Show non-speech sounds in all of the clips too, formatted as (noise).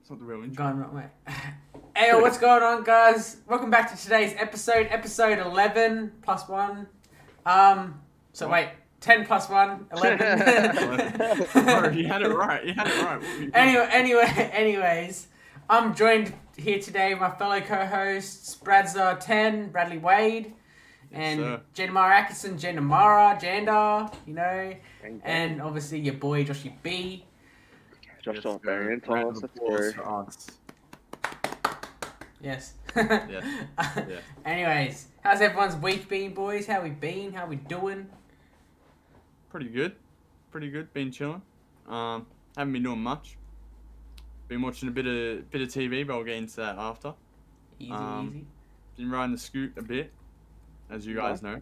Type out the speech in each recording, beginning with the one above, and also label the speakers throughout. Speaker 1: It's not the real
Speaker 2: (laughs)
Speaker 1: intro.
Speaker 2: Gone wrong way. hey, what's going on, guys? Welcome back to today's episode, episode 11 plus 1. Um, so
Speaker 1: What?
Speaker 2: wait, 10 plus 1, 11.
Speaker 1: Bro, you had it right. You had it right. What were you-
Speaker 2: (laughs) anyway, anyway, (laughs) anyways, I'm joined here today by my fellow co-hosts Bradzar Ten, Bradley Wade, and
Speaker 1: sir.
Speaker 2: Jenmar Atkinson, Jen Amara, Jandar, you know,
Speaker 3: Thank
Speaker 2: and obviously your boy Joshy B.
Speaker 3: you. Josh
Speaker 1: Let's
Speaker 3: on Marion
Speaker 1: go. Round
Speaker 3: Thomas.
Speaker 1: of
Speaker 3: Let's
Speaker 1: applause
Speaker 3: go.
Speaker 1: for us.
Speaker 2: Yes. (laughs)
Speaker 1: yes.
Speaker 2: Anyways, how's everyone's week been, boys? How we been? How we doing?
Speaker 1: Pretty good. Pretty good. Been chilling. Um, haven't been doing much. Been watching a bit of bit of TV, but I'll get into that after.
Speaker 2: Easy,
Speaker 1: Um,
Speaker 2: easy.
Speaker 1: Been riding the scoot a bit, as you guys know.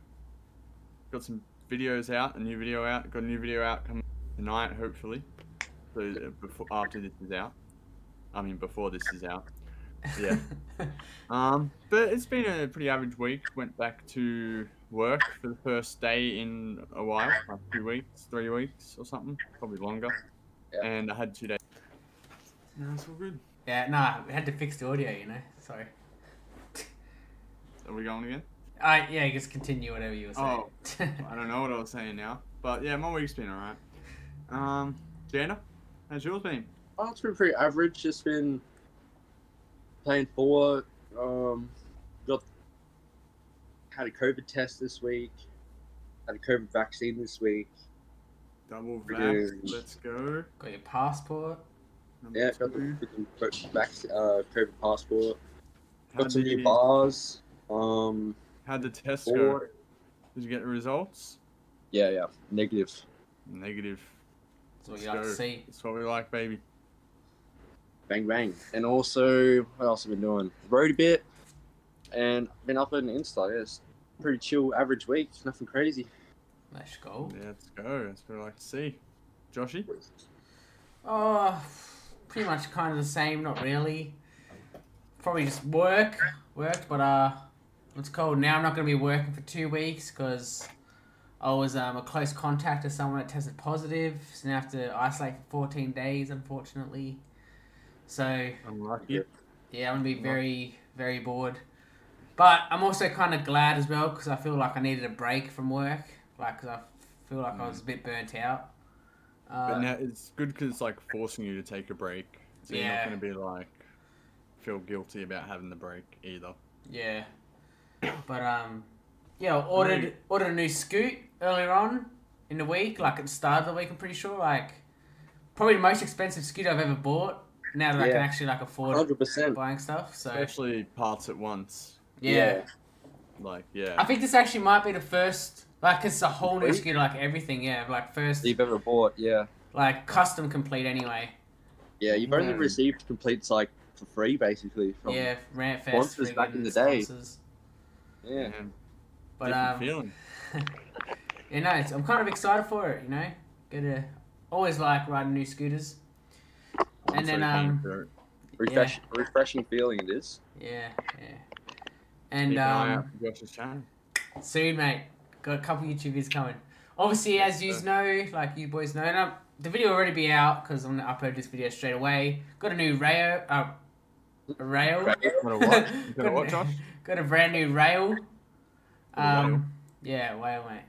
Speaker 1: Got some videos out. A new video out. Got a new video out coming tonight, hopefully. So uh, before after this is out. I mean, before this is out. yeah. Um, but it's been a pretty average week. Went back to work for the first day in a while, like two weeks, three weeks or something, probably longer.
Speaker 3: Yeah.
Speaker 1: And I had two days. No, it's all good.
Speaker 2: (laughs) yeah. Nah, we had to fix the audio, you know. Sorry.
Speaker 1: Are we going again?
Speaker 2: Uh, yeah, just continue whatever you were saying.
Speaker 1: Oh. I don't know what I was saying now, but yeah, my week's been alright. Um, Jana, how's yours been?
Speaker 3: Oh, it's been pretty average. Just been playing four. Um, got had a COVID test this week. Had a COVID vaccine this week.
Speaker 1: Double vax.
Speaker 3: Pretty-
Speaker 1: Let's go.
Speaker 2: (laughs) Got your passport.
Speaker 1: Number
Speaker 3: Yeah, got the,
Speaker 1: two.
Speaker 3: got the vac- uh, COVID passport.
Speaker 1: How'd
Speaker 3: Got some new
Speaker 1: the-
Speaker 3: bars. Um,
Speaker 1: How'd the test go?
Speaker 3: four.
Speaker 1: Did you get the results?
Speaker 3: Yeah, yeah. Negative.
Speaker 1: Negative.
Speaker 2: That's what
Speaker 1: Let's
Speaker 2: you like
Speaker 1: go.
Speaker 2: to see.
Speaker 1: That's what we like, baby.
Speaker 3: Bang bang. And also, what else have I been doing? Rode a bit, and been uploading Insta. Yeah, it's pretty chill, average week. Nothing crazy.
Speaker 2: Let's go.
Speaker 1: Yeah, let's go. That's what I like to see. Joshy?
Speaker 2: Oh, pretty much kind of the same. Not really. Probably just work, work. But uh, it's cold now. I'm not gonna be working for two weeks because I was um a close contact of someone that tested positive. So now I have to isolate for 14 days, unfortunately. So
Speaker 1: Unlucky.
Speaker 2: yeah, I'm gonna be very, very bored. But I'm also kind of glad as well because I feel like I needed a break from work. Like, 'cause I feel like I was a bit burnt out. Uh,
Speaker 1: But now it's good because it's like forcing you to take a break. So
Speaker 2: Yeah.
Speaker 1: you're not going to be like, feel guilty about having the break either.
Speaker 2: Yeah. But um yeah, I ordered ordered a new scoot earlier on in the week, like at the start of the week I'm pretty sure. Like probably the most expensive scoot I've ever bought. Now that I can
Speaker 3: Yeah.
Speaker 2: actually like afford
Speaker 3: Hundred percent.
Speaker 2: buying stuff. So
Speaker 1: Especially parts at once.
Speaker 2: yeah.
Speaker 1: Like, yeah.
Speaker 2: I think this actually might be the first like it's a whole new
Speaker 3: Really?
Speaker 2: scoot, like everything, yeah. Like first
Speaker 3: You've ever bought, yeah.
Speaker 2: like custom complete anyway.
Speaker 3: Yeah, you've only
Speaker 1: Yeah.
Speaker 3: received completes like for free basically from yeah.
Speaker 2: Yeah, Rant Fest.
Speaker 3: Oh, Sponsors back
Speaker 2: friggin'
Speaker 3: in the day.
Speaker 2: sponsors.
Speaker 3: yeah.
Speaker 2: But
Speaker 1: different
Speaker 2: um
Speaker 1: feeling.
Speaker 2: (laughs) Yeah, no, it's, I'm kind of excited for it. You know, gonna always like riding new scooters.
Speaker 1: I'm
Speaker 2: and then,
Speaker 1: so keen
Speaker 2: um,
Speaker 1: for it.
Speaker 3: Refresh, refreshing feeling it is.
Speaker 2: Yeah, yeah.
Speaker 1: Keep
Speaker 2: And
Speaker 1: an eye out
Speaker 2: um,
Speaker 1: for Josh's channel.
Speaker 2: soon, mate, got a couple YouTubers coming. Obviously, as you
Speaker 1: Sure.
Speaker 2: know, like you boys know, and um, the video will already be out because I'm gonna upload this video straight away. Got a new rail, uh, rail.
Speaker 3: Right.
Speaker 1: Got
Speaker 2: (laughs)
Speaker 1: a what? You Got a what, Josh?
Speaker 2: Got a brand new rail.
Speaker 1: Got a rail.
Speaker 2: Um, yeah, whale, mate.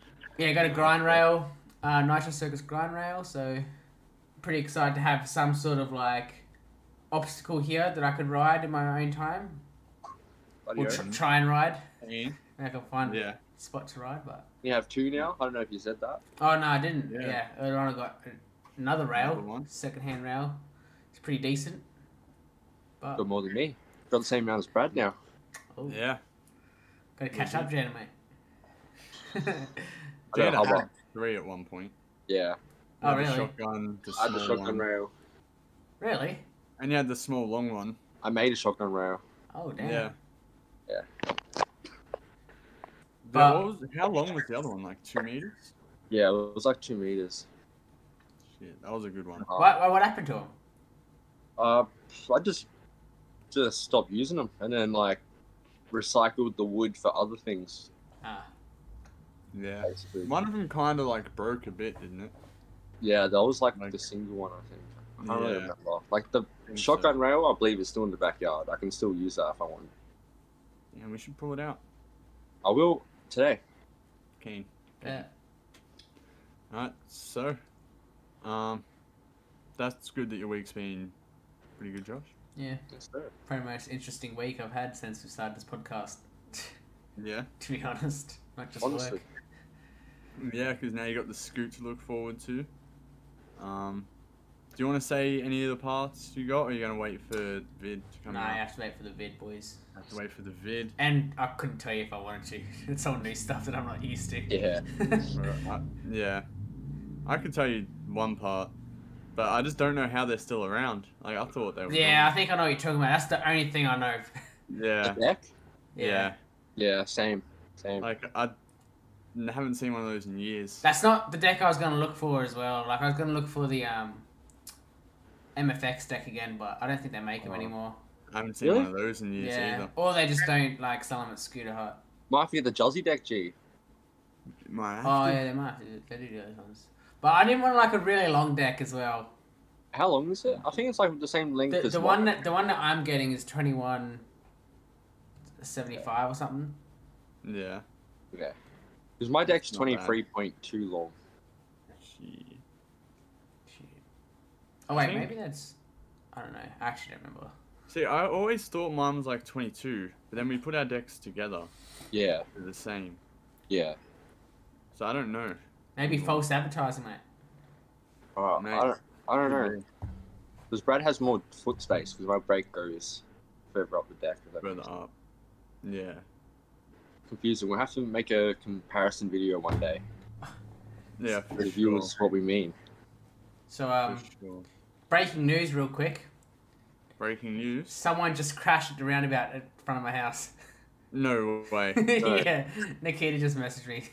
Speaker 1: (laughs)
Speaker 2: yeah, got a grind rail, uh, Nitro Circus grind rail. So, pretty excited to have some sort of like obstacle here that I could ride in my own time.
Speaker 3: Bloody
Speaker 2: Or
Speaker 3: hell.
Speaker 2: tr- try and ride.
Speaker 1: Ian?
Speaker 2: I can find a
Speaker 1: Yeah.
Speaker 2: spot to ride, but
Speaker 3: You have two now. I don't know if you said that.
Speaker 2: oh no, I didn't. Yeah,
Speaker 1: Yeah.
Speaker 2: earlier on I got another rail,
Speaker 1: Another one.
Speaker 2: second-hand rail. It's pretty decent. But
Speaker 3: Got more than me. Got the same amount as Brad now.
Speaker 2: oh,
Speaker 1: Yeah.
Speaker 2: gotta catch up, Janet, mate.
Speaker 3: I got a
Speaker 1: Jana
Speaker 3: hubba.
Speaker 1: had three at one point.
Speaker 3: Yeah.
Speaker 1: You
Speaker 2: Oh,
Speaker 1: had the
Speaker 2: really?
Speaker 1: Shotgun, the
Speaker 3: I had the
Speaker 1: small
Speaker 3: shotgun
Speaker 1: one,
Speaker 3: rail.
Speaker 2: (laughs) really?
Speaker 1: And you had the small long one.
Speaker 3: I made a shotgun rail.
Speaker 2: Oh damn.
Speaker 1: Yeah.
Speaker 3: Yeah.
Speaker 1: But,
Speaker 2: But-
Speaker 1: what was, how long was the other one? Like two meters?
Speaker 3: Yeah, it was like two meters.
Speaker 1: Shit, that was a good one.
Speaker 3: and a half.
Speaker 2: What, what, what happened to him?
Speaker 3: Uh, I just just stopped using them, and then like recycled the wood for other things.
Speaker 2: Ah,
Speaker 1: Yeah.
Speaker 3: Basically,
Speaker 1: One of them kind of like broke a bit, didn't it?
Speaker 3: yeah, that was like
Speaker 1: Like-
Speaker 3: the single one I think. I can't really
Speaker 1: Yeah,
Speaker 3: remember. Like the
Speaker 1: I think so.
Speaker 3: shotgun rail, I believe, is still in the backyard. I can still use that if I want.
Speaker 1: Yeah, we should pull it out.
Speaker 3: I will today.
Speaker 1: Keen.
Speaker 2: Yeah.
Speaker 1: Alright, so um that's good that your week's been pretty good, Josh.
Speaker 2: Yeah.
Speaker 3: Yes, sir.
Speaker 2: Pretty most interesting week I've had since we started this podcast. (laughs)
Speaker 1: Yeah.
Speaker 2: to be honest, not just
Speaker 3: Honestly,
Speaker 2: work.
Speaker 1: Yeah, because now you got the scoot to look forward to. Um do you want to say any of the parts you got, or are you gonna wait for vid to come
Speaker 2: No, I
Speaker 1: out?
Speaker 2: have to wait for the vid, boys.
Speaker 1: Have to wait for the vid.
Speaker 2: And I couldn't tell you if I wanted to. (laughs) It's all new stuff that I'm not used to.
Speaker 3: Yeah.
Speaker 2: (laughs)
Speaker 1: I- yeah, I could tell you one part, but I just don't know how they're still around. Like I thought they were.
Speaker 2: yeah, I think I know what you're talking about. That's the only thing I know.
Speaker 1: gone. Yeah.
Speaker 3: The deck.
Speaker 1: Yeah.
Speaker 3: Yeah, same, same.
Speaker 1: Like I n- haven't seen one of those in years.
Speaker 2: That's not the deck I was gonna look for as well. Like I was gonna look for the um MFX deck again, but I don't think they make them
Speaker 3: Oh.
Speaker 2: anymore.
Speaker 1: I haven't seen
Speaker 3: Really?
Speaker 1: one of those in years
Speaker 2: yeah,
Speaker 1: either.
Speaker 2: or they just don't like sell them at Scooter Hut.
Speaker 3: Might be the Juzzy deck, G.
Speaker 1: Might have
Speaker 2: Oh
Speaker 1: to-
Speaker 2: yeah, they might. do- They do do those ones. But I didn't want like a really long deck as well.
Speaker 3: How long is it? I think it's like the same length
Speaker 2: The,
Speaker 3: as
Speaker 2: the
Speaker 3: mine.
Speaker 2: one that the one that I'm getting is twenty one seventy five or something.
Speaker 1: Yeah.
Speaker 3: Okay. Because my deck's
Speaker 1: Not bad.
Speaker 3: 23.2 long.
Speaker 1: Gee.
Speaker 2: Shit. Oh wait,
Speaker 1: think-
Speaker 2: maybe that's. I don't know. I actually don't remember.
Speaker 1: See, I always thought mine was like 22, but then we put our decks together,
Speaker 3: Yeah,
Speaker 1: they're the same.
Speaker 3: yeah.
Speaker 1: So I don't know.
Speaker 2: Maybe
Speaker 1: Mhm.
Speaker 2: false advertising, mate.
Speaker 3: Uh,
Speaker 1: Nice.
Speaker 3: I don't, I don't
Speaker 1: Could
Speaker 3: know. Because Brad has more foot space because my break goes further up the deck. if that
Speaker 1: Further
Speaker 3: makes-
Speaker 1: up. Yeah.
Speaker 3: Confusing. We'll have to make a comparison video one day.
Speaker 1: Yeah.
Speaker 3: For
Speaker 1: For
Speaker 3: the
Speaker 1: sure.
Speaker 3: viewers, what we mean.
Speaker 2: So
Speaker 1: For
Speaker 2: um,
Speaker 1: sure.
Speaker 2: breaking news, real quick.
Speaker 1: Breaking news.
Speaker 2: Someone just crashed at the roundabout in front of my
Speaker 3: (laughs)
Speaker 2: house.
Speaker 1: No
Speaker 2: (laughs)
Speaker 1: way.
Speaker 3: No.
Speaker 2: yeah, Nikita just messaged me.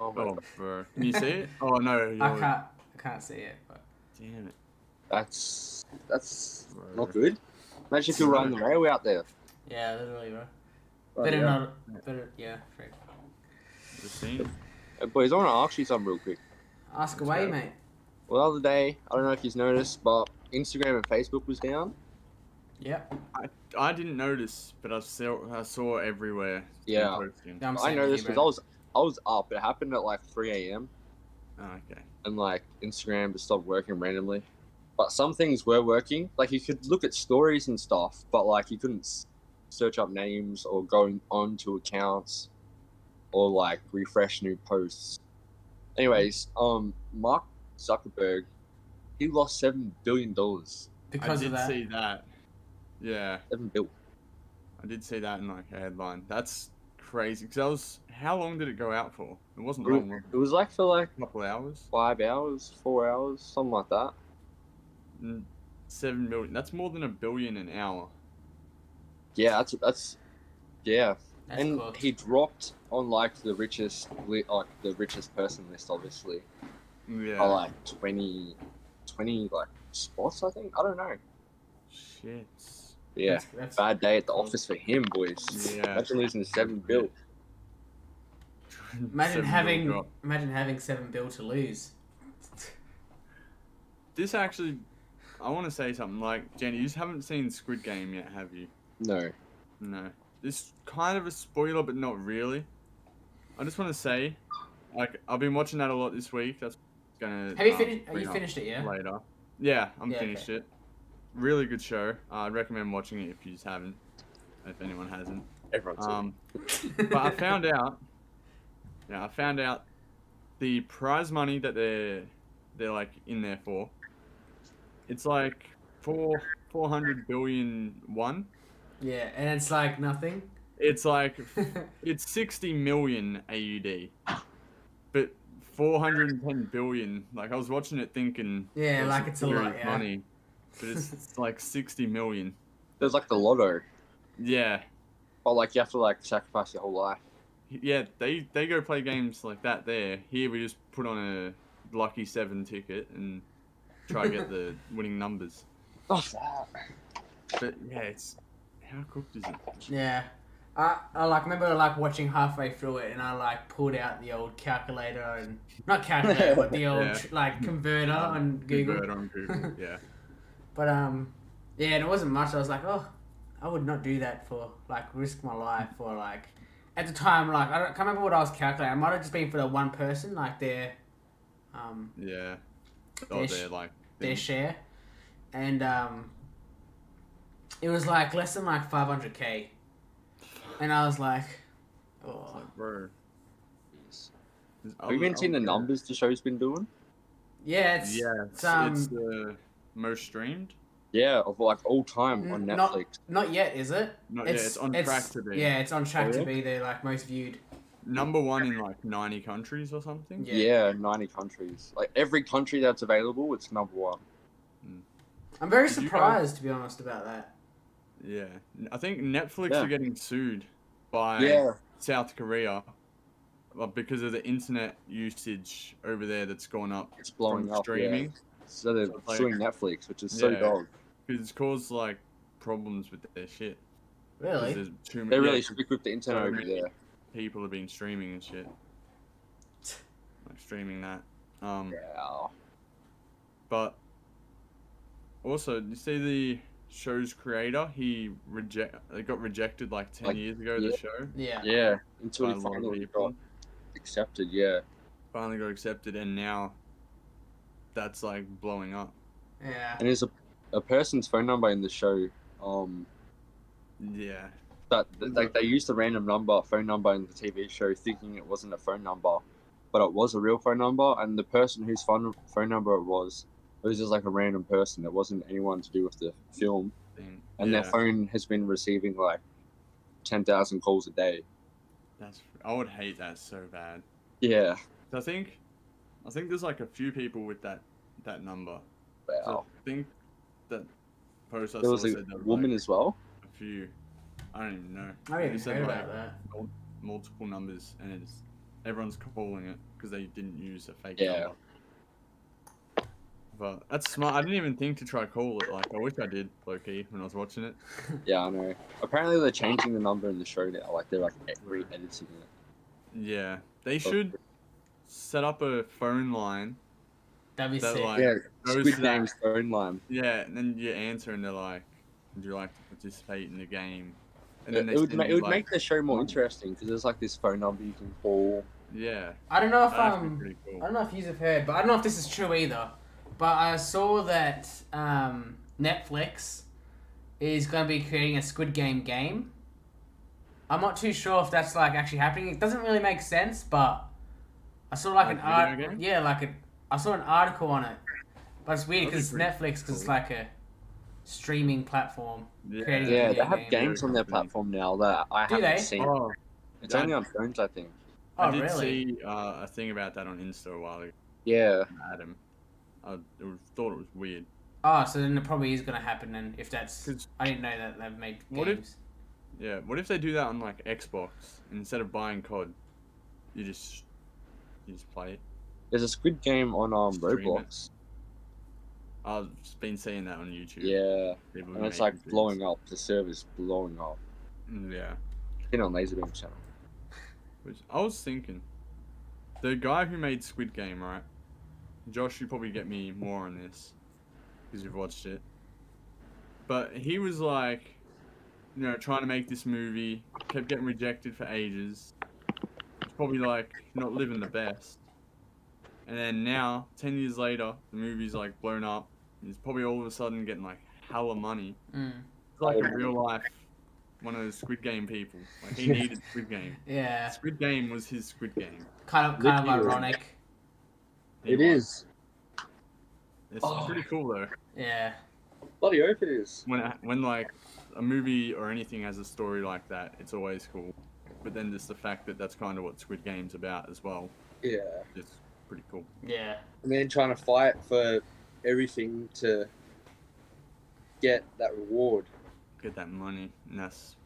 Speaker 3: Oh my
Speaker 1: Oh,
Speaker 3: God.
Speaker 1: bro. Can you see it? (laughs) Oh, no.
Speaker 2: I
Speaker 1: you're-
Speaker 2: can't, I can't see it. But
Speaker 1: Damn it.
Speaker 3: That's that's
Speaker 1: Bro.
Speaker 3: not good. Imagine if you're riding the railway out there.
Speaker 2: yeah, literally, bro.
Speaker 3: Oh,
Speaker 2: better
Speaker 3: yeah.
Speaker 2: not. Better, yeah. Frick.
Speaker 1: Just seen.
Speaker 3: Uh, Boys, I want to ask you something real quick.
Speaker 2: Ask away,
Speaker 1: go.
Speaker 2: mate.
Speaker 3: Well, the other day, I don't know if you've noticed, but Instagram and Facebook was down.
Speaker 2: Yep.
Speaker 1: I didn't notice, but I saw I saw everywhere. it's been
Speaker 3: Yeah.
Speaker 1: posting.
Speaker 2: I'm
Speaker 3: I
Speaker 2: sitting
Speaker 3: noticed
Speaker 2: here,
Speaker 3: because I
Speaker 2: bro.
Speaker 3: was I was up. It happened at like 3 a.m.
Speaker 1: Oh, okay.
Speaker 3: and like Instagram just stopped working randomly. But some things were working. Like you could look at stories and stuff, but like you couldn't s- search up names or going on to accounts or like refresh new posts. Anyways, um, Mark Zuckerberg, he lost seven billion dollars.
Speaker 2: because
Speaker 1: I
Speaker 2: of
Speaker 1: did
Speaker 2: that.
Speaker 1: see that. Yeah,
Speaker 3: Seven bill.
Speaker 1: I did see that in like a headline. That's crazy. Because I was, how long did it go out for? It wasn't long. was it?
Speaker 3: It was like for like
Speaker 1: A couple hours.
Speaker 3: five hours, four hours, something like that.
Speaker 1: Mm, Seven million. That's more than a billion an hour.
Speaker 3: Yeah, that's that's yeah.
Speaker 2: That's
Speaker 3: and
Speaker 2: cooked.
Speaker 3: he dropped on like the richest, li- like the richest person list, obviously.
Speaker 1: Yeah.
Speaker 3: by like 20, 20 like spots. I think I don't know.
Speaker 1: Shit. (laughs)
Speaker 3: Yeah,
Speaker 2: That's, that's,
Speaker 3: bad day at the office for him, boys.
Speaker 1: Yeah.
Speaker 3: Imagine losing seven bill.
Speaker 2: imagine
Speaker 1: Seven
Speaker 2: having,
Speaker 1: million drop.
Speaker 2: imagine having seven bill to lose.
Speaker 1: This actually, I want to say something. Like, Jenny, you just haven't seen Squid Game yet, have you?
Speaker 3: No.
Speaker 1: No. This kind of a spoiler, but not really. I just want to say, like, I've been watching that a lot this week. That's gonna.
Speaker 2: Have you
Speaker 1: um,
Speaker 2: finished? Are
Speaker 1: bring
Speaker 2: you
Speaker 1: up
Speaker 2: finished it? Yeah.
Speaker 1: Later. Yeah, I'm
Speaker 2: Yeah, okay.
Speaker 1: finished it. Really good show. Uh, I'd recommend watching it if you just haven't. If anyone hasn't.
Speaker 3: Everyone's
Speaker 1: Um,
Speaker 2: (laughs)
Speaker 1: but I found out. Yeah, I found out the prize money that they're they're like in there for. It's like four four hundred billion one.
Speaker 2: Yeah, and it's like nothing.
Speaker 1: It's like
Speaker 2: (laughs)
Speaker 1: It's 60 million AUD, but 410 billion. Like I was watching it thinking,
Speaker 2: yeah,
Speaker 1: that's
Speaker 2: like it's a
Speaker 1: serious
Speaker 2: lot. Yeah.
Speaker 1: money, but
Speaker 2: (laughs)
Speaker 1: it's, it's like 60 million.
Speaker 3: There's like the lotto,
Speaker 1: Yeah,
Speaker 3: but like you have to like sacrifice your whole life.
Speaker 1: yeah. They they go play games like that there. Here we just put on a lucky seven ticket and try to get
Speaker 2: (laughs)
Speaker 1: the winning numbers.
Speaker 3: Oh, that.
Speaker 1: But yeah, it's how cooked is it?
Speaker 2: Yeah. I, I like remember like watching halfway through it and I like pulled out the old calculator and not calculator but the old
Speaker 1: Yeah. Um,
Speaker 2: tr- like converter on Google (laughs)
Speaker 1: Convert on Google. Yeah,
Speaker 2: But um, yeah, and it wasn't much. I was like, oh, I would not do that for like risk my life or like at the time like I don't I can't remember what I was calculating. It might have just been for the one person like their um
Speaker 1: Yeah. Oh,
Speaker 2: Ish.
Speaker 1: they're like.
Speaker 2: their
Speaker 1: thing.
Speaker 2: share, and um, it was like less than like five hundred k, and I was like,
Speaker 1: It's
Speaker 2: oh
Speaker 1: like, bro. there's
Speaker 3: Have you
Speaker 1: other-
Speaker 3: been seeing the
Speaker 1: other-
Speaker 3: numbers the show's been doing?
Speaker 2: yeah, it's
Speaker 1: Yeah,
Speaker 2: it's, um,
Speaker 1: it's the most streamed.
Speaker 3: Yeah, of like all time on
Speaker 2: n- Mm, not
Speaker 3: Netflix.
Speaker 2: not yet, is it?
Speaker 1: Not yet. It's on track to be
Speaker 2: Yeah, it's on track
Speaker 3: Oh,
Speaker 2: to
Speaker 3: yeah?
Speaker 2: be the like most viewed.
Speaker 1: number one in like 90 countries or something.
Speaker 2: Yeah.
Speaker 3: yeah. 90 countries. Like every country that's available, it's number one.
Speaker 2: I'm very
Speaker 1: Did you guys-
Speaker 2: surprised to be honest about that.
Speaker 1: Yeah. I think Netflix
Speaker 3: Yeah.
Speaker 1: are getting sued by
Speaker 3: Yeah,
Speaker 1: South Korea uh, because of the internet usage over there that's gone up
Speaker 3: it's blowing
Speaker 1: from
Speaker 3: up.
Speaker 1: streaming.
Speaker 3: Yeah. So they're
Speaker 1: So, like-
Speaker 3: suing Netflix, which is so
Speaker 1: Yeah.
Speaker 3: dog.
Speaker 1: Because it's caused like problems with their shit. 'Cause
Speaker 2: Really?
Speaker 1: there's too many
Speaker 3: They're really strict with the internet over
Speaker 1: many-
Speaker 3: there.
Speaker 1: people have been streaming and shit. Like streaming that. Um,
Speaker 3: Yeah.
Speaker 1: But also, you see the show's creator? He reject. They got rejected like ten
Speaker 3: Like,
Speaker 1: years ago.
Speaker 3: yeah.
Speaker 1: The show
Speaker 2: Yeah.
Speaker 3: Yeah. Until
Speaker 1: by
Speaker 3: he
Speaker 1: a lot of
Speaker 3: finally
Speaker 1: people
Speaker 3: got accepted, yeah.
Speaker 1: finally got accepted, and now that's like blowing up.
Speaker 2: Yeah.
Speaker 3: And there's a, a person's phone number in the show. Um,
Speaker 1: Yeah,
Speaker 3: that
Speaker 1: Mm-hmm.
Speaker 3: that- like they used a random number, phone number in the TV show, thinking it wasn't a phone number, but it was a real phone number. And the person whose phone phone number it was, it was just like a random person. It wasn't anyone to do with the film.
Speaker 1: thing.
Speaker 3: And
Speaker 1: yeah,
Speaker 3: their phone has been receiving like ten thousand calls a day.
Speaker 1: that's. I would hate that so bad.
Speaker 3: Yeah,
Speaker 1: 'Cause I think, I think there's like a few people with that that number.
Speaker 3: wow.
Speaker 1: So I think that post I
Speaker 3: uh, there
Speaker 1: saw
Speaker 3: was a
Speaker 1: said there were,
Speaker 3: woman
Speaker 1: like,
Speaker 3: as well.
Speaker 1: a few. I don't even know.
Speaker 2: I
Speaker 1: They
Speaker 2: didn't
Speaker 1: said,
Speaker 2: hear
Speaker 1: like,
Speaker 2: about that.
Speaker 1: multiple numbers and it's everyone's calling it because they didn't use a fake
Speaker 3: Yeah.
Speaker 1: number. But that's smart. I didn't even think to try call it. Like I wish I did, low key, when I was watching it.
Speaker 3: Yeah, I know. Apparently they're changing the number in the show now. Like they're like re-editing it.
Speaker 1: Yeah,
Speaker 3: Oh.
Speaker 1: they should set up a phone line.
Speaker 2: (laughs) That'd be
Speaker 1: That,
Speaker 2: sick.
Speaker 1: like-
Speaker 3: Yeah,
Speaker 1: Those
Speaker 3: Squid
Speaker 1: that-
Speaker 3: Game's phone line.
Speaker 1: Yeah, and then you answer, and they're like, "Would you like to participate in the game?" And
Speaker 3: It,
Speaker 1: then they
Speaker 3: would,
Speaker 1: send
Speaker 3: ma- it
Speaker 1: you,
Speaker 3: would
Speaker 1: like,
Speaker 3: make the show more
Speaker 1: one.
Speaker 3: interesting because there's like this phone number you can call.
Speaker 1: yeah,
Speaker 2: I don't know if
Speaker 1: that'd be
Speaker 2: um
Speaker 1: pretty cool.
Speaker 2: I don't know if you've heard, but I don't know if this is true either. But I saw that um, Netflix is going to be creating a Squid Game game. I'm not too sure if that's like actually happening. It doesn't really make sense, but I saw like,
Speaker 1: Like
Speaker 2: an
Speaker 1: video
Speaker 2: art.
Speaker 1: game?
Speaker 2: Yeah, like a, I saw an article on it, but it's weird
Speaker 1: That'd be
Speaker 2: because it's
Speaker 1: pretty
Speaker 2: Netflix because it's
Speaker 1: cool.
Speaker 2: like a streaming platform.
Speaker 1: Yeah,
Speaker 2: creating
Speaker 3: Yeah, they
Speaker 2: video
Speaker 3: have
Speaker 2: game.
Speaker 3: games on their platform now that I
Speaker 2: Do
Speaker 3: haven't
Speaker 2: they?
Speaker 3: seen.
Speaker 1: Oh,
Speaker 3: it's only on phones, I think.
Speaker 2: Oh
Speaker 1: I did
Speaker 2: really?
Speaker 1: see uh, a thing about that on Insta a while ago.
Speaker 3: Yeah,
Speaker 1: Adam, I it was- thought it was weird.
Speaker 2: Oh, so then it probably is going to happen. Then if that's
Speaker 1: 'Cause-
Speaker 2: I didn't know that they've made
Speaker 1: What if-
Speaker 2: games.
Speaker 1: Yeah, what if they do that on like Xbox instead of buying COD, you just you just play it.
Speaker 3: there's a Squid Game on um
Speaker 1: Stream it.
Speaker 3: Roblox.
Speaker 1: I've been seeing that on YouTube.
Speaker 3: Yeah,
Speaker 1: people
Speaker 3: and it's
Speaker 1: making
Speaker 3: like
Speaker 1: things.
Speaker 3: blowing up. The server's blowing up.
Speaker 1: Mm, Yeah,
Speaker 3: Been on Laserbeam channel.
Speaker 1: which I was thinking, the guy who made Squid Game, right? Josh, you probably get me more on this because you've watched it. But he was like, you know, trying to make this movie, kept getting rejected for ages. It's probably like not living the best. And then now, 10 years later, the movie's like blown up. and He's probably all of a sudden getting like hella money.
Speaker 2: Mm.
Speaker 1: It's like a real life one of those Squid Game people. Like he needed Squid Game.
Speaker 2: Yeah.
Speaker 1: Squid Game was his Squid Game.
Speaker 2: Kind of, kind of
Speaker 3: Literally.
Speaker 2: ironic.
Speaker 1: He
Speaker 3: It
Speaker 1: won.
Speaker 3: is
Speaker 1: It's
Speaker 3: Oh.
Speaker 1: pretty cool though.
Speaker 2: Yeah.
Speaker 3: bloody open it is.
Speaker 1: When it- when like a movie or anything has a story like that, it's always cool. But then just the fact that that's kind of what Squid Game's about as well,
Speaker 3: Yeah,
Speaker 1: it's pretty cool.
Speaker 2: Yeah.
Speaker 3: and then trying to fight for everything to get that reward.
Speaker 1: Get that money, and that's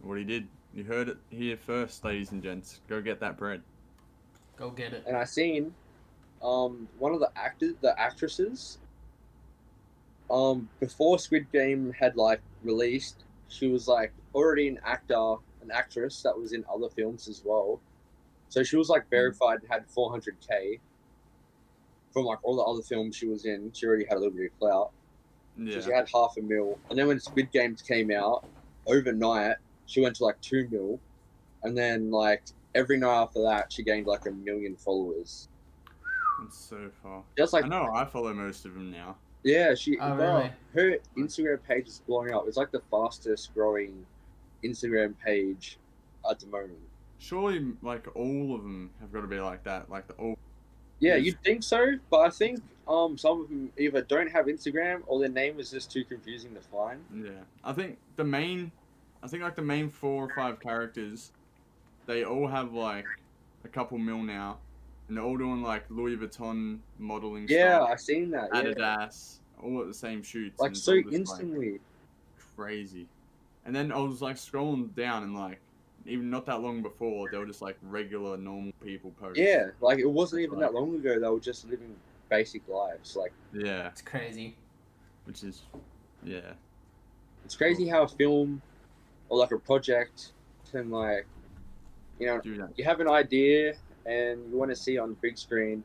Speaker 1: what he did. You heard it here first, ladies and gents. Go get that bread.
Speaker 2: Go get it.
Speaker 3: and I seen um one of the actors, the actresses. Um, before Squid Game had like released, she was like already an actor, an actress that was in other films as well. So she was like verified and had 400k from like all the other films she was in. She already had a little bit of clout.
Speaker 1: Yeah.
Speaker 4: So she had half a mil. And then when Squid Games came out, overnight, she went to like two mil. And then, like, every night after that, she gained like a million followers.
Speaker 1: That's so far.
Speaker 4: Just
Speaker 1: I
Speaker 4: like,
Speaker 1: know I follow most of them now.
Speaker 4: yeah, she,
Speaker 2: Oh,
Speaker 4: bro,
Speaker 2: really?
Speaker 4: her Instagram page is blowing up. It's like the fastest growing Instagram page at the moment.
Speaker 1: Surely, like all of them have got to be like that. Like the all.
Speaker 4: Yeah,
Speaker 1: Yes.
Speaker 4: you'd think so, but I think um some of them either don't have Instagram or their name is just too confusing to find.
Speaker 1: Yeah. I think the main, I think like the main four or five characters, they all have like a couple mil now, and they're all doing like Louis Vuitton modeling
Speaker 4: Yeah,
Speaker 1: stuff,
Speaker 4: I've seen that. Yeah.
Speaker 1: Adidas, all at the same shoots.
Speaker 4: Like
Speaker 1: and it's
Speaker 4: so
Speaker 1: all just,
Speaker 4: instantly.
Speaker 1: crazy. And then I was like scrolling down and like even not that long before they were just like regular normal people posts.
Speaker 4: Yeah, like it wasn't even
Speaker 1: Like-
Speaker 4: that long ago. They were just living basic lives. Like
Speaker 1: Yeah.
Speaker 2: It's crazy.
Speaker 1: Which is yeah.
Speaker 4: it's crazy how a film or like a project can like, you know,
Speaker 1: Do that.
Speaker 4: you have an idea and you want to see it on the big screen,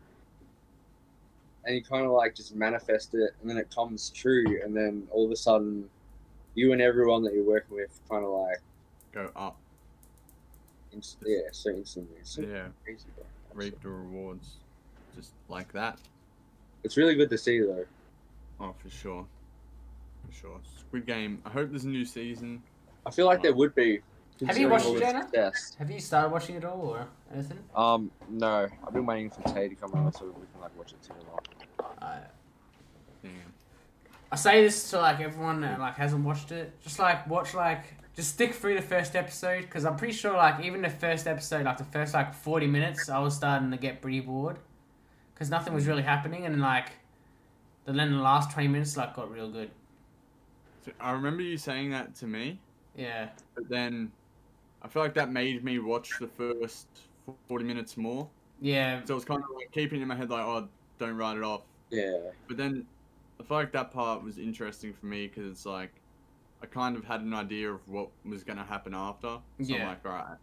Speaker 4: and you kind of like just manifest it, and then it comes true, and then all of a sudden, you and everyone that you're working with kind of like,
Speaker 1: Go up.
Speaker 4: inst- yeah, so instantly. It's so
Speaker 1: Yeah.
Speaker 4: crazy, bro.
Speaker 1: Reap the rewards. Just like that.
Speaker 4: It's really good to see though.
Speaker 1: Oh for sure. For sure. Squid Game. I hope there's a new season.
Speaker 4: I feel like there would be.
Speaker 2: Have you watched it, Jenna?
Speaker 4: Yes.
Speaker 2: Have you started watching it all or anything?
Speaker 4: Um, no. I've been waiting for Tay to come out so we can like watch it together.
Speaker 2: Uh,
Speaker 1: Damn.
Speaker 2: I say this to like everyone that like hasn't watched it. Just like watch like just stick through the first episode because I'm pretty sure like even the first episode, like the first like 40 minutes, I was starting to get pretty bored because nothing was really happening and like then then the last 20 minutes like got real good.
Speaker 1: So I remember you saying that to me,
Speaker 2: Yeah,
Speaker 1: but then I feel like that made me watch the first forty minutes more.
Speaker 2: yeah,
Speaker 1: So it was kind of like keeping it in my head like, oh, don't write it off.
Speaker 4: Yeah.
Speaker 1: But then I feel like that part was interesting for me because it's like I kind of had an idea of what was going to happen after. So I'm
Speaker 2: Yeah.
Speaker 1: like, all right,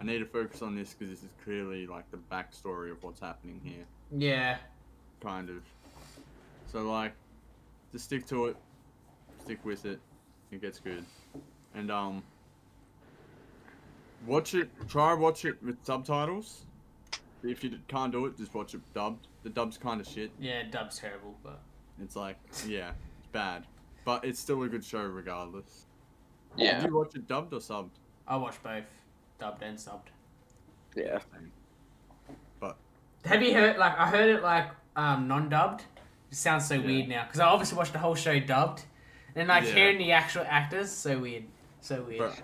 Speaker 1: I need to focus on this because this is clearly like the backstory of what's happening here,
Speaker 2: yeah.
Speaker 1: kind of. So like, just stick to it, stick with it. It gets good, and um, watch it. Try and watch it with subtitles. If you can't do it, just watch it dubbed. The dub's kind of shit.
Speaker 2: Yeah, dub's terrible, but
Speaker 1: It's like, yeah, it's bad. But it's still a good show regardless.
Speaker 4: Yeah.
Speaker 1: Did you watch it dubbed or subbed?
Speaker 2: I watch both dubbed and subbed.
Speaker 4: Yeah.
Speaker 2: Have you heard like I heard it like um, non-dubbed? It sounds so
Speaker 1: Yeah.
Speaker 2: weird now because I obviously watched the whole show dubbed, and like
Speaker 1: Yeah.
Speaker 2: hearing the actual actors so weird, so weird.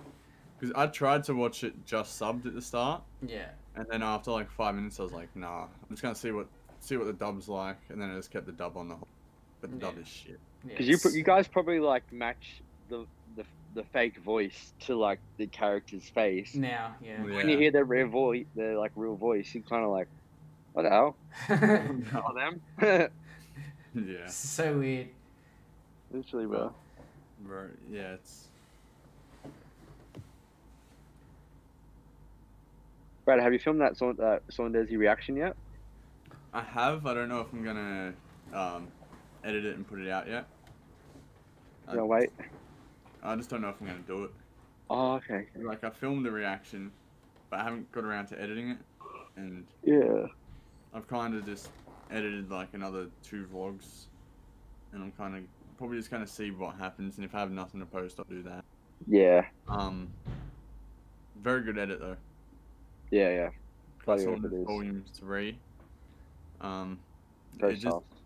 Speaker 1: Because I tried to watch it just subbed at the start,
Speaker 2: Yeah,
Speaker 1: and then after like five minutes, I was like, nah, I'm just gonna see what see what the dub's like, and then I just kept the dub on the whole. But the dub
Speaker 2: Yeah.
Speaker 1: is shit.
Speaker 3: Because you,
Speaker 2: yes.
Speaker 3: pr- you guys probably like match the, the the fake voice to like the character's face.
Speaker 2: now, yeah.
Speaker 3: When you
Speaker 1: Yeah.
Speaker 3: hear their real voice, their like real voice, you kind of like, what
Speaker 1: (laughs)
Speaker 3: the hell?
Speaker 2: (laughs)
Speaker 3: Oh, them?
Speaker 1: (laughs)
Speaker 3: (laughs)
Speaker 1: yeah.
Speaker 2: so weird.
Speaker 3: Literally, bro.
Speaker 1: Bro, yeah, it's
Speaker 3: Brad, have you filmed that Saun- uh, Saunders reaction yet?
Speaker 1: I have. I don't know if I'm gonna um, edit it and put it out yet. I-
Speaker 3: No, wait.
Speaker 1: I just don't know if I'm gonna do it.
Speaker 3: Oh, okay.
Speaker 1: Like I filmed the reaction, but I haven't got around to editing it, and
Speaker 3: Yeah.
Speaker 1: I've kind of just edited like another two vlogs, and I'm kind of probably just gonna see what happens, and if I have nothing to post, I'll do that.
Speaker 3: Yeah.
Speaker 1: Um, very good edit though.
Speaker 3: Yeah. Yeah. Bloody
Speaker 1: That's
Speaker 3: hope
Speaker 1: on
Speaker 3: it is.
Speaker 1: volume three. Um,
Speaker 3: Very
Speaker 1: it just-
Speaker 3: fast.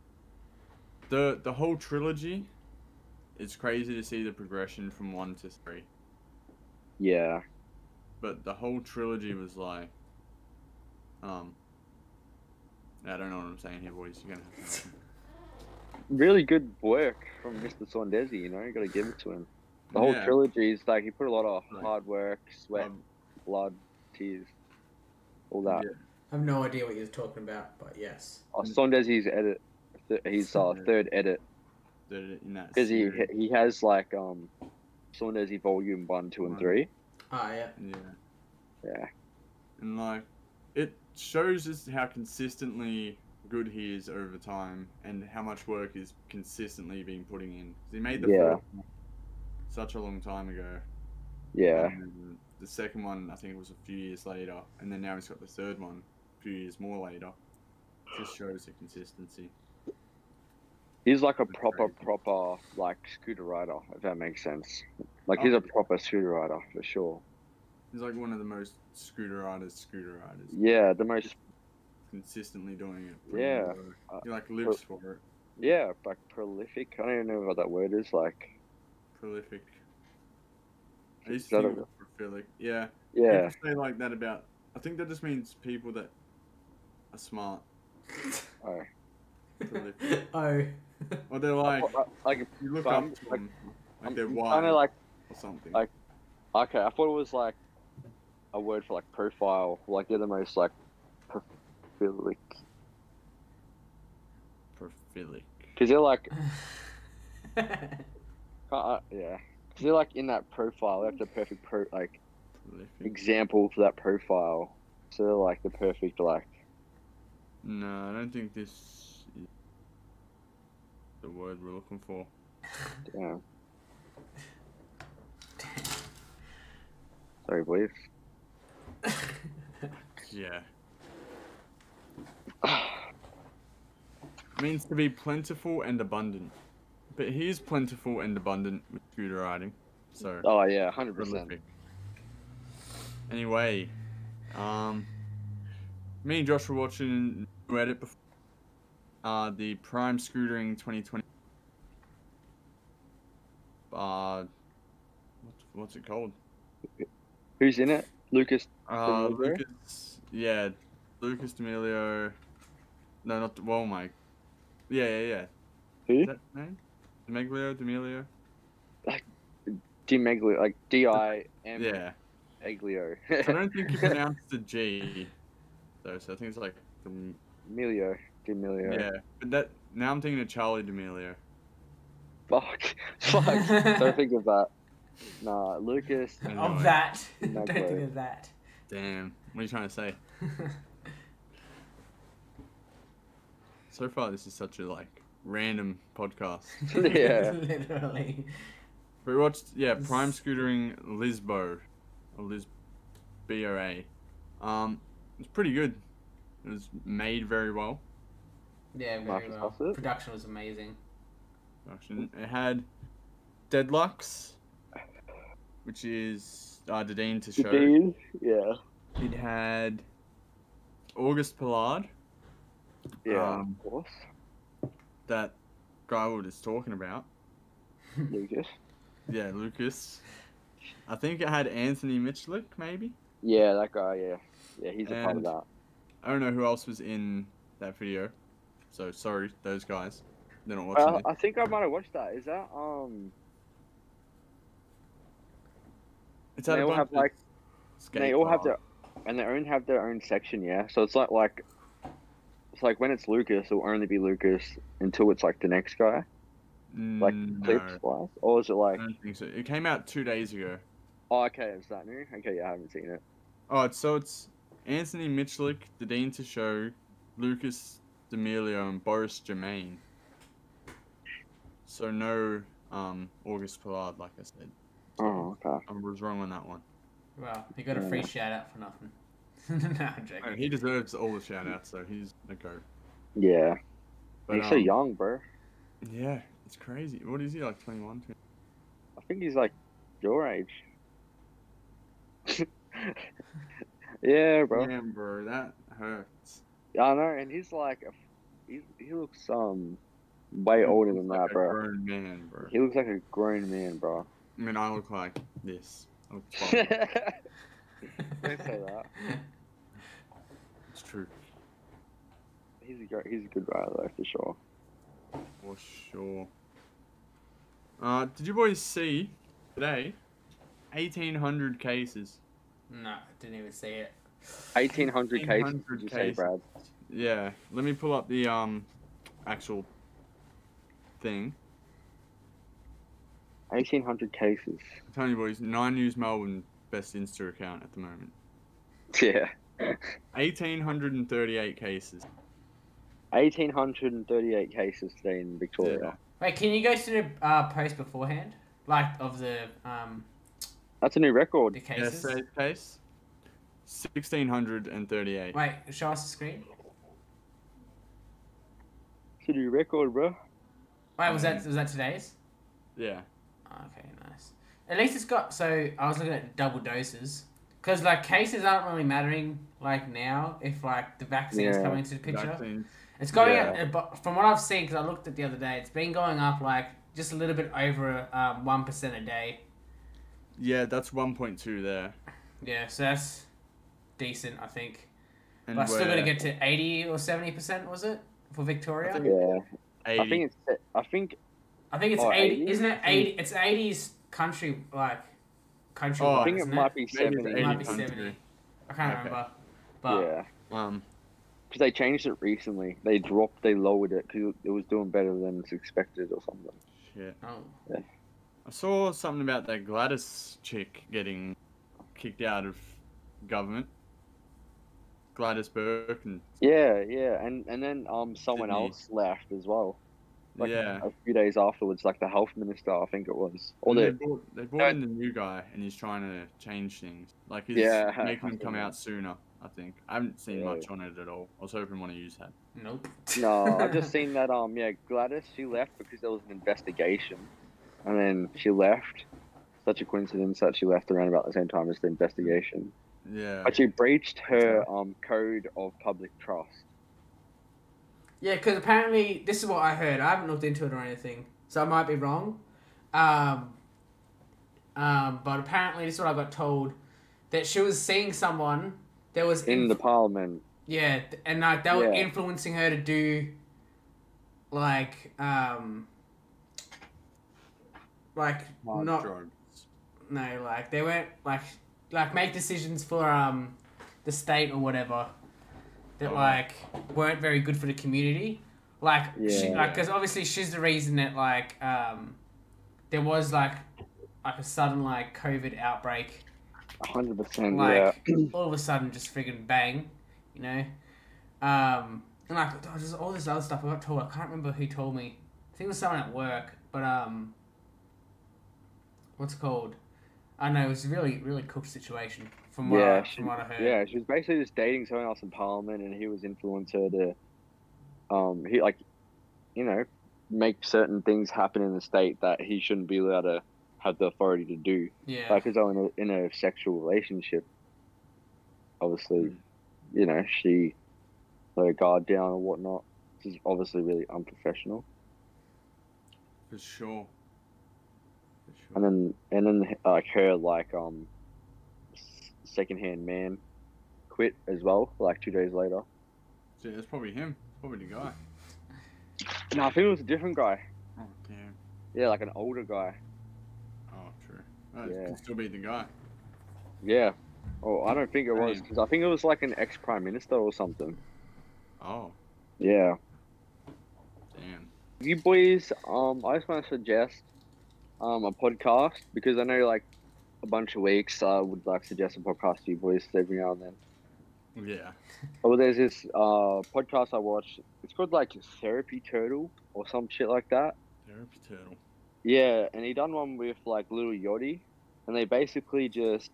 Speaker 1: the the whole trilogy. It's crazy to see the progression from one to three.
Speaker 3: Yeah.
Speaker 1: but the whole trilogy was like, um, I don't know what I'm saying here, boys. You're gonna have to.
Speaker 3: Really good work from Mr. Saunders. You know, you got to give it to him. The whole
Speaker 1: Yeah,
Speaker 3: trilogy is like he put a lot of
Speaker 1: Right.
Speaker 3: hard work, sweat,
Speaker 1: um,
Speaker 3: blood, tears, all that.
Speaker 1: yeah.
Speaker 2: I have no idea what you're talking about, but yes.
Speaker 3: Oh, Saunders' edit, th- his uh,
Speaker 1: Yeah.
Speaker 3: third edit,
Speaker 1: did it in that
Speaker 3: because he
Speaker 1: series.
Speaker 3: he has like um, Saunders Volume One, Two, and
Speaker 1: Right.
Speaker 3: Three.
Speaker 2: Ah, yeah.
Speaker 1: Yeah.
Speaker 3: Yeah.
Speaker 1: And like, it shows us how consistently good he is over time and how much work he's consistently been putting in. 'Cause he made the
Speaker 3: Yeah.
Speaker 1: first one such a long time ago.
Speaker 3: Yeah.
Speaker 1: And then the second one, I think it was a few years later, and then now he's got the third one a few years more later. Just shows the consistency.
Speaker 3: He's like a proper, proper, like scooter rider, if that makes sense. Like he's a proper scooter rider for sure.
Speaker 1: He's like one of the most scooter riders, scooter riders.
Speaker 3: Yeah, the most,
Speaker 1: Consistently doing it. putting
Speaker 3: Yeah.
Speaker 1: in work.
Speaker 3: Uh,
Speaker 1: He like lives for it.
Speaker 3: yeah, like prolific. I don't even know what that word is. Like,
Speaker 1: Prolific. I used
Speaker 3: Is
Speaker 1: to
Speaker 3: that
Speaker 1: think
Speaker 3: a-
Speaker 1: it was prolific. Yeah.
Speaker 3: yeah,
Speaker 1: People say like that about. I think that just means people that are smart.
Speaker 3: oh.
Speaker 2: (laughs)
Speaker 1: Prolific. (laughs)
Speaker 2: oh.
Speaker 1: Or they're like,
Speaker 3: like,
Speaker 1: you look
Speaker 3: but I'm-
Speaker 1: up to
Speaker 3: like-
Speaker 1: them. Like
Speaker 3: I'm
Speaker 1: they're
Speaker 3: kinda
Speaker 1: wise
Speaker 3: like
Speaker 1: or something.
Speaker 3: like- Okay, I thought it was like a word for like profile, like you're the most like prolific
Speaker 1: Prolific.
Speaker 3: because you're like uh, yeah, because you're like in that profile, you have the perfect pro like
Speaker 1: Prolific.
Speaker 3: example for that profile, so they're like the perfect like
Speaker 1: No, I don't think this is the word we're looking for.
Speaker 3: you know. Sorry, please. (sighs)
Speaker 1: Yeah. means to be plentiful and abundant. But he is plentiful and abundant with scooter riding. So
Speaker 3: Oh yeah, hundred percent.
Speaker 1: prolific. Anyway, um me and Josh were watching new edit before uh the Prime Scootering twenty twenty uh what's, what's it called?
Speaker 3: Who's in it? Lucas.
Speaker 1: Uh,
Speaker 3: D'Amelio?
Speaker 1: Lucas, yeah, Lucas D'Amelio. No, not well, Mike. Yeah, yeah, yeah.
Speaker 3: Who?
Speaker 1: Is that his name? D'Amelio, D'Amelio.
Speaker 3: D Meglio, like D I M
Speaker 1: Yeah,
Speaker 3: Eglio.
Speaker 1: (laughs) I don't think you pronounce the G, though. So I think it's like, D'Am-
Speaker 3: Melio.
Speaker 1: yeah.
Speaker 3: (laughs) D'Amelio.
Speaker 1: But that now I'm thinking of Charlie D'Amelio.
Speaker 3: Fuck.
Speaker 1: (laughs)
Speaker 3: Fuck. Don't think of that. Nah, Lucas.
Speaker 1: Anyway,
Speaker 2: of that.
Speaker 3: No
Speaker 2: (laughs) Don't think
Speaker 3: clue.
Speaker 2: of that.
Speaker 1: Damn, what are you trying to say? So far, this is such a like random podcast.
Speaker 3: (laughs)
Speaker 2: (laughs)
Speaker 3: Yeah.
Speaker 2: Literally.
Speaker 1: We watched, yeah,
Speaker 2: This-
Speaker 1: Prime Scootering Lisbo, or Lis, B O A. Um, it was pretty good. It was made very well.
Speaker 2: Yeah, very
Speaker 3: Marcus
Speaker 2: well.
Speaker 3: Gossett?
Speaker 2: Production was amazing.
Speaker 1: Production. It had Deadlocks, which is uh, Dadeen to show.
Speaker 3: Dean? Yeah.
Speaker 1: It had August Pillard,
Speaker 3: Yeah,
Speaker 1: Um,
Speaker 3: of course.
Speaker 1: that guy we were just talking about.
Speaker 3: Lucas.
Speaker 1: Yeah, Lucas. I think it had Anthony Mitchlick, maybe.
Speaker 3: Yeah, that guy, yeah. Yeah, he's a part of
Speaker 1: And-
Speaker 3: that.
Speaker 1: I don't know who else was in that video. So sorry, those guys. They're not watching
Speaker 3: Uh,
Speaker 1: it.
Speaker 3: I think I might have watched that. Is that, um,
Speaker 1: It's had
Speaker 3: They
Speaker 1: a
Speaker 3: all
Speaker 1: bunch
Speaker 3: have,
Speaker 1: of
Speaker 3: like-
Speaker 1: skate
Speaker 3: they all have their,
Speaker 1: park.
Speaker 3: and they own have their own section, yeah? So it's not like, it's like when it's Lucas, it'll only be Lucas until it's like the next guy, like
Speaker 1: Mm, no, Mm.
Speaker 3: clips wise. Or is it
Speaker 1: I
Speaker 3: like,
Speaker 1: don't think so. It came out two days ago.
Speaker 3: oh, okay, is that new? Okay, yeah, I haven't seen it.
Speaker 1: Oh, it's, so it's Anthony Mitchlick, Dean to show, Lucas D'Amelio, and Boris Germain. So no, um, August Pillard, like I said.
Speaker 3: Oh, okay.
Speaker 1: I was wrong on that one.
Speaker 2: Well, he got a free shout out for nothing. (laughs) no, I'm joking.
Speaker 1: Oh,
Speaker 2: (laughs)
Speaker 1: he deserves all the shout outs, so he's a go.
Speaker 3: Yeah.
Speaker 1: But,
Speaker 3: he's so
Speaker 1: um,
Speaker 3: young, bro.
Speaker 1: Yeah, it's crazy. What is he like? 21?
Speaker 3: I think he's like your age. (laughs) yeah, bro.
Speaker 1: Damn, bro, that hurts.
Speaker 3: I know, and he's like, a, he he looks um way
Speaker 1: He
Speaker 3: older
Speaker 1: looks
Speaker 3: than
Speaker 1: like
Speaker 3: that,
Speaker 1: a
Speaker 3: bro.
Speaker 1: grown man, bro.
Speaker 3: He looks like a grown man, bro. (laughs)
Speaker 1: I mean, I look like this. I look
Speaker 3: Don't
Speaker 1: fine.
Speaker 3: say that.
Speaker 1: it's true.
Speaker 3: He's a gr- he's a good rider though, for sure.
Speaker 1: For sure. Uh, did you boys see today? 1,800 cases.
Speaker 2: No, didn't even see it.
Speaker 3: Eighteen hundred cases,
Speaker 1: 1800
Speaker 3: did you say,
Speaker 1: cases.
Speaker 3: Brad?
Speaker 1: Yeah, let me pull up the um actual thing.
Speaker 3: Eighteen hundred cases. (laughs)
Speaker 1: I'm telling you boys, Nine News Melbourne best Insta account at the moment.
Speaker 3: Yeah.
Speaker 1: 1,838 cases.
Speaker 3: eighteen hundred and thirty-eight cases today in Victoria.
Speaker 2: Wait, can you go through the uh, post beforehand, like of the um
Speaker 3: That's a new record.
Speaker 2: the
Speaker 1: Yeah,
Speaker 2: cases?
Speaker 1: so case sixteen hundred and thirty-eight.
Speaker 2: Wait, show us the screen.
Speaker 3: It's a new record, bro.
Speaker 2: Wait, was
Speaker 1: Um,
Speaker 2: that was that today's?
Speaker 1: Yeah,
Speaker 2: Okay, nice. At least it's got. So I was looking at double doses because like cases aren't really mattering like now if like the vaccine's
Speaker 3: Yeah.
Speaker 2: coming into the picture.
Speaker 1: vaccines.
Speaker 2: It's going
Speaker 3: Yeah.
Speaker 2: up, but from what I've seen because I looked at the other day, it's been going up like just a little bit over um one percent a day.
Speaker 1: Yeah, that's one point two there.
Speaker 2: Yeah, so that's decent, I think.
Speaker 1: And
Speaker 2: But I still got to
Speaker 1: we're
Speaker 2: get to eighty or seventy percent, was it for Victoria?
Speaker 1: I think-
Speaker 3: Yeah, I
Speaker 1: 80.
Speaker 3: think it's. I think
Speaker 2: I think it's
Speaker 3: Oh,
Speaker 2: 80,
Speaker 3: 80?
Speaker 2: isn't it? 80, it's 80s country, like, country.
Speaker 1: Oh,
Speaker 3: I think it
Speaker 2: isn't
Speaker 3: might be
Speaker 1: Maybe it's
Speaker 3: seventy.
Speaker 2: It might
Speaker 1: 80
Speaker 2: be
Speaker 1: country.
Speaker 2: 70. I can't
Speaker 1: Okay.
Speaker 2: remember. But,
Speaker 3: Yeah,
Speaker 1: um,
Speaker 3: because they changed it recently. They dropped. They lowered it because it was doing better than it's expected or something.
Speaker 1: shit.
Speaker 2: oh,
Speaker 1: I saw something about that Gladys chick getting kicked out of government. Gladys Burke and
Speaker 3: Yeah, yeah, and and then um someone
Speaker 1: Sydney.
Speaker 3: else left as well. Like
Speaker 1: yeah,
Speaker 3: a few days afterwards, like the health minister, I think it was. Or
Speaker 1: And they
Speaker 3: the uh,
Speaker 1: brought, they
Speaker 3: no.
Speaker 1: brought in the new guy, and he's trying to change things. Like he's
Speaker 3: Yeah, I-
Speaker 1: (laughs) making
Speaker 3: I
Speaker 1: him
Speaker 3: saw (laughs)
Speaker 1: come
Speaker 3: that.
Speaker 1: out sooner. I think I haven't seen
Speaker 3: Yeah.
Speaker 1: much on it at all. I was hoping one of you had.
Speaker 2: nope.
Speaker 3: (laughs) no,
Speaker 2: (laughs)
Speaker 1: (laughs)
Speaker 3: I just seen that um yeah Gladys she left because there was an investigation, and then she left. Such a coincidence that she left around about the same time as the investigation.
Speaker 1: Yeah,
Speaker 3: But she breached her um code of public trust.
Speaker 2: Yeah, because apparently, this is what I heard. I haven't looked into it or anything, so I might be wrong. Um, um, but apparently, this is what I got told that she was seeing someone that was
Speaker 3: in the parliament.
Speaker 2: Yeah, th- and like they were
Speaker 3: Yeah.
Speaker 2: influencing her to do, like, um, like
Speaker 1: hard
Speaker 2: not
Speaker 1: drugs.
Speaker 2: no, like they weren't like like make decisions for um the state or whatever that
Speaker 1: Oh.
Speaker 2: like weren't very good for the community. Like she,
Speaker 3: Yeah.
Speaker 2: like because obviously she's the reason that like um there was like like a sudden like COVID outbreak
Speaker 3: hundred percent. Yeah.
Speaker 2: like (clears throat) all of a sudden just friggin' bang, you know. Um, and like oh, just all this other stuff I got told. I can't remember who told me. I think it was someone at work, but um, what's it called? I know it was a really really cooked situation from what
Speaker 3: Yeah,
Speaker 2: I,
Speaker 3: she-
Speaker 2: from what I heard.
Speaker 3: Yeah, she was basically just dating someone else in Parliament, and he was influencer to, um, he like, you know, make certain things happen in the state that he shouldn't be allowed to have the authority to do.
Speaker 2: yeah,
Speaker 3: Like, as though in a, in a sexual relationship, obviously, you know, she let her guard down or whatnot. This is obviously really unprofessional.
Speaker 1: For sure. For sure.
Speaker 3: And then and then like her like um, s- secondhand man, quit as well. Like two days later.
Speaker 1: Yeah, it's probably him. Probably the guy.
Speaker 3: No, I think it was a different guy.
Speaker 1: Oh damn.
Speaker 3: Yeah, like an older guy.
Speaker 1: Oh true. That
Speaker 3: Yeah.
Speaker 1: could still be the guy.
Speaker 3: Yeah. Oh, I don't think it was
Speaker 1: Damn.
Speaker 3: because I think it was like an ex prime minister or something.
Speaker 1: Oh
Speaker 3: Yeah.
Speaker 1: damn.
Speaker 3: You boys, um, I just want to suggest um a podcast because I know like a bunch of weeks I would like suggest a podcast to you boys every now and then.
Speaker 1: Yeah.
Speaker 3: Oh, there's this uh podcast I watched. It's called like Therapy Turtle or some shit like that.
Speaker 1: Therapy turtle.
Speaker 3: Yeah, and he done one with like Little Yachty, and they basically just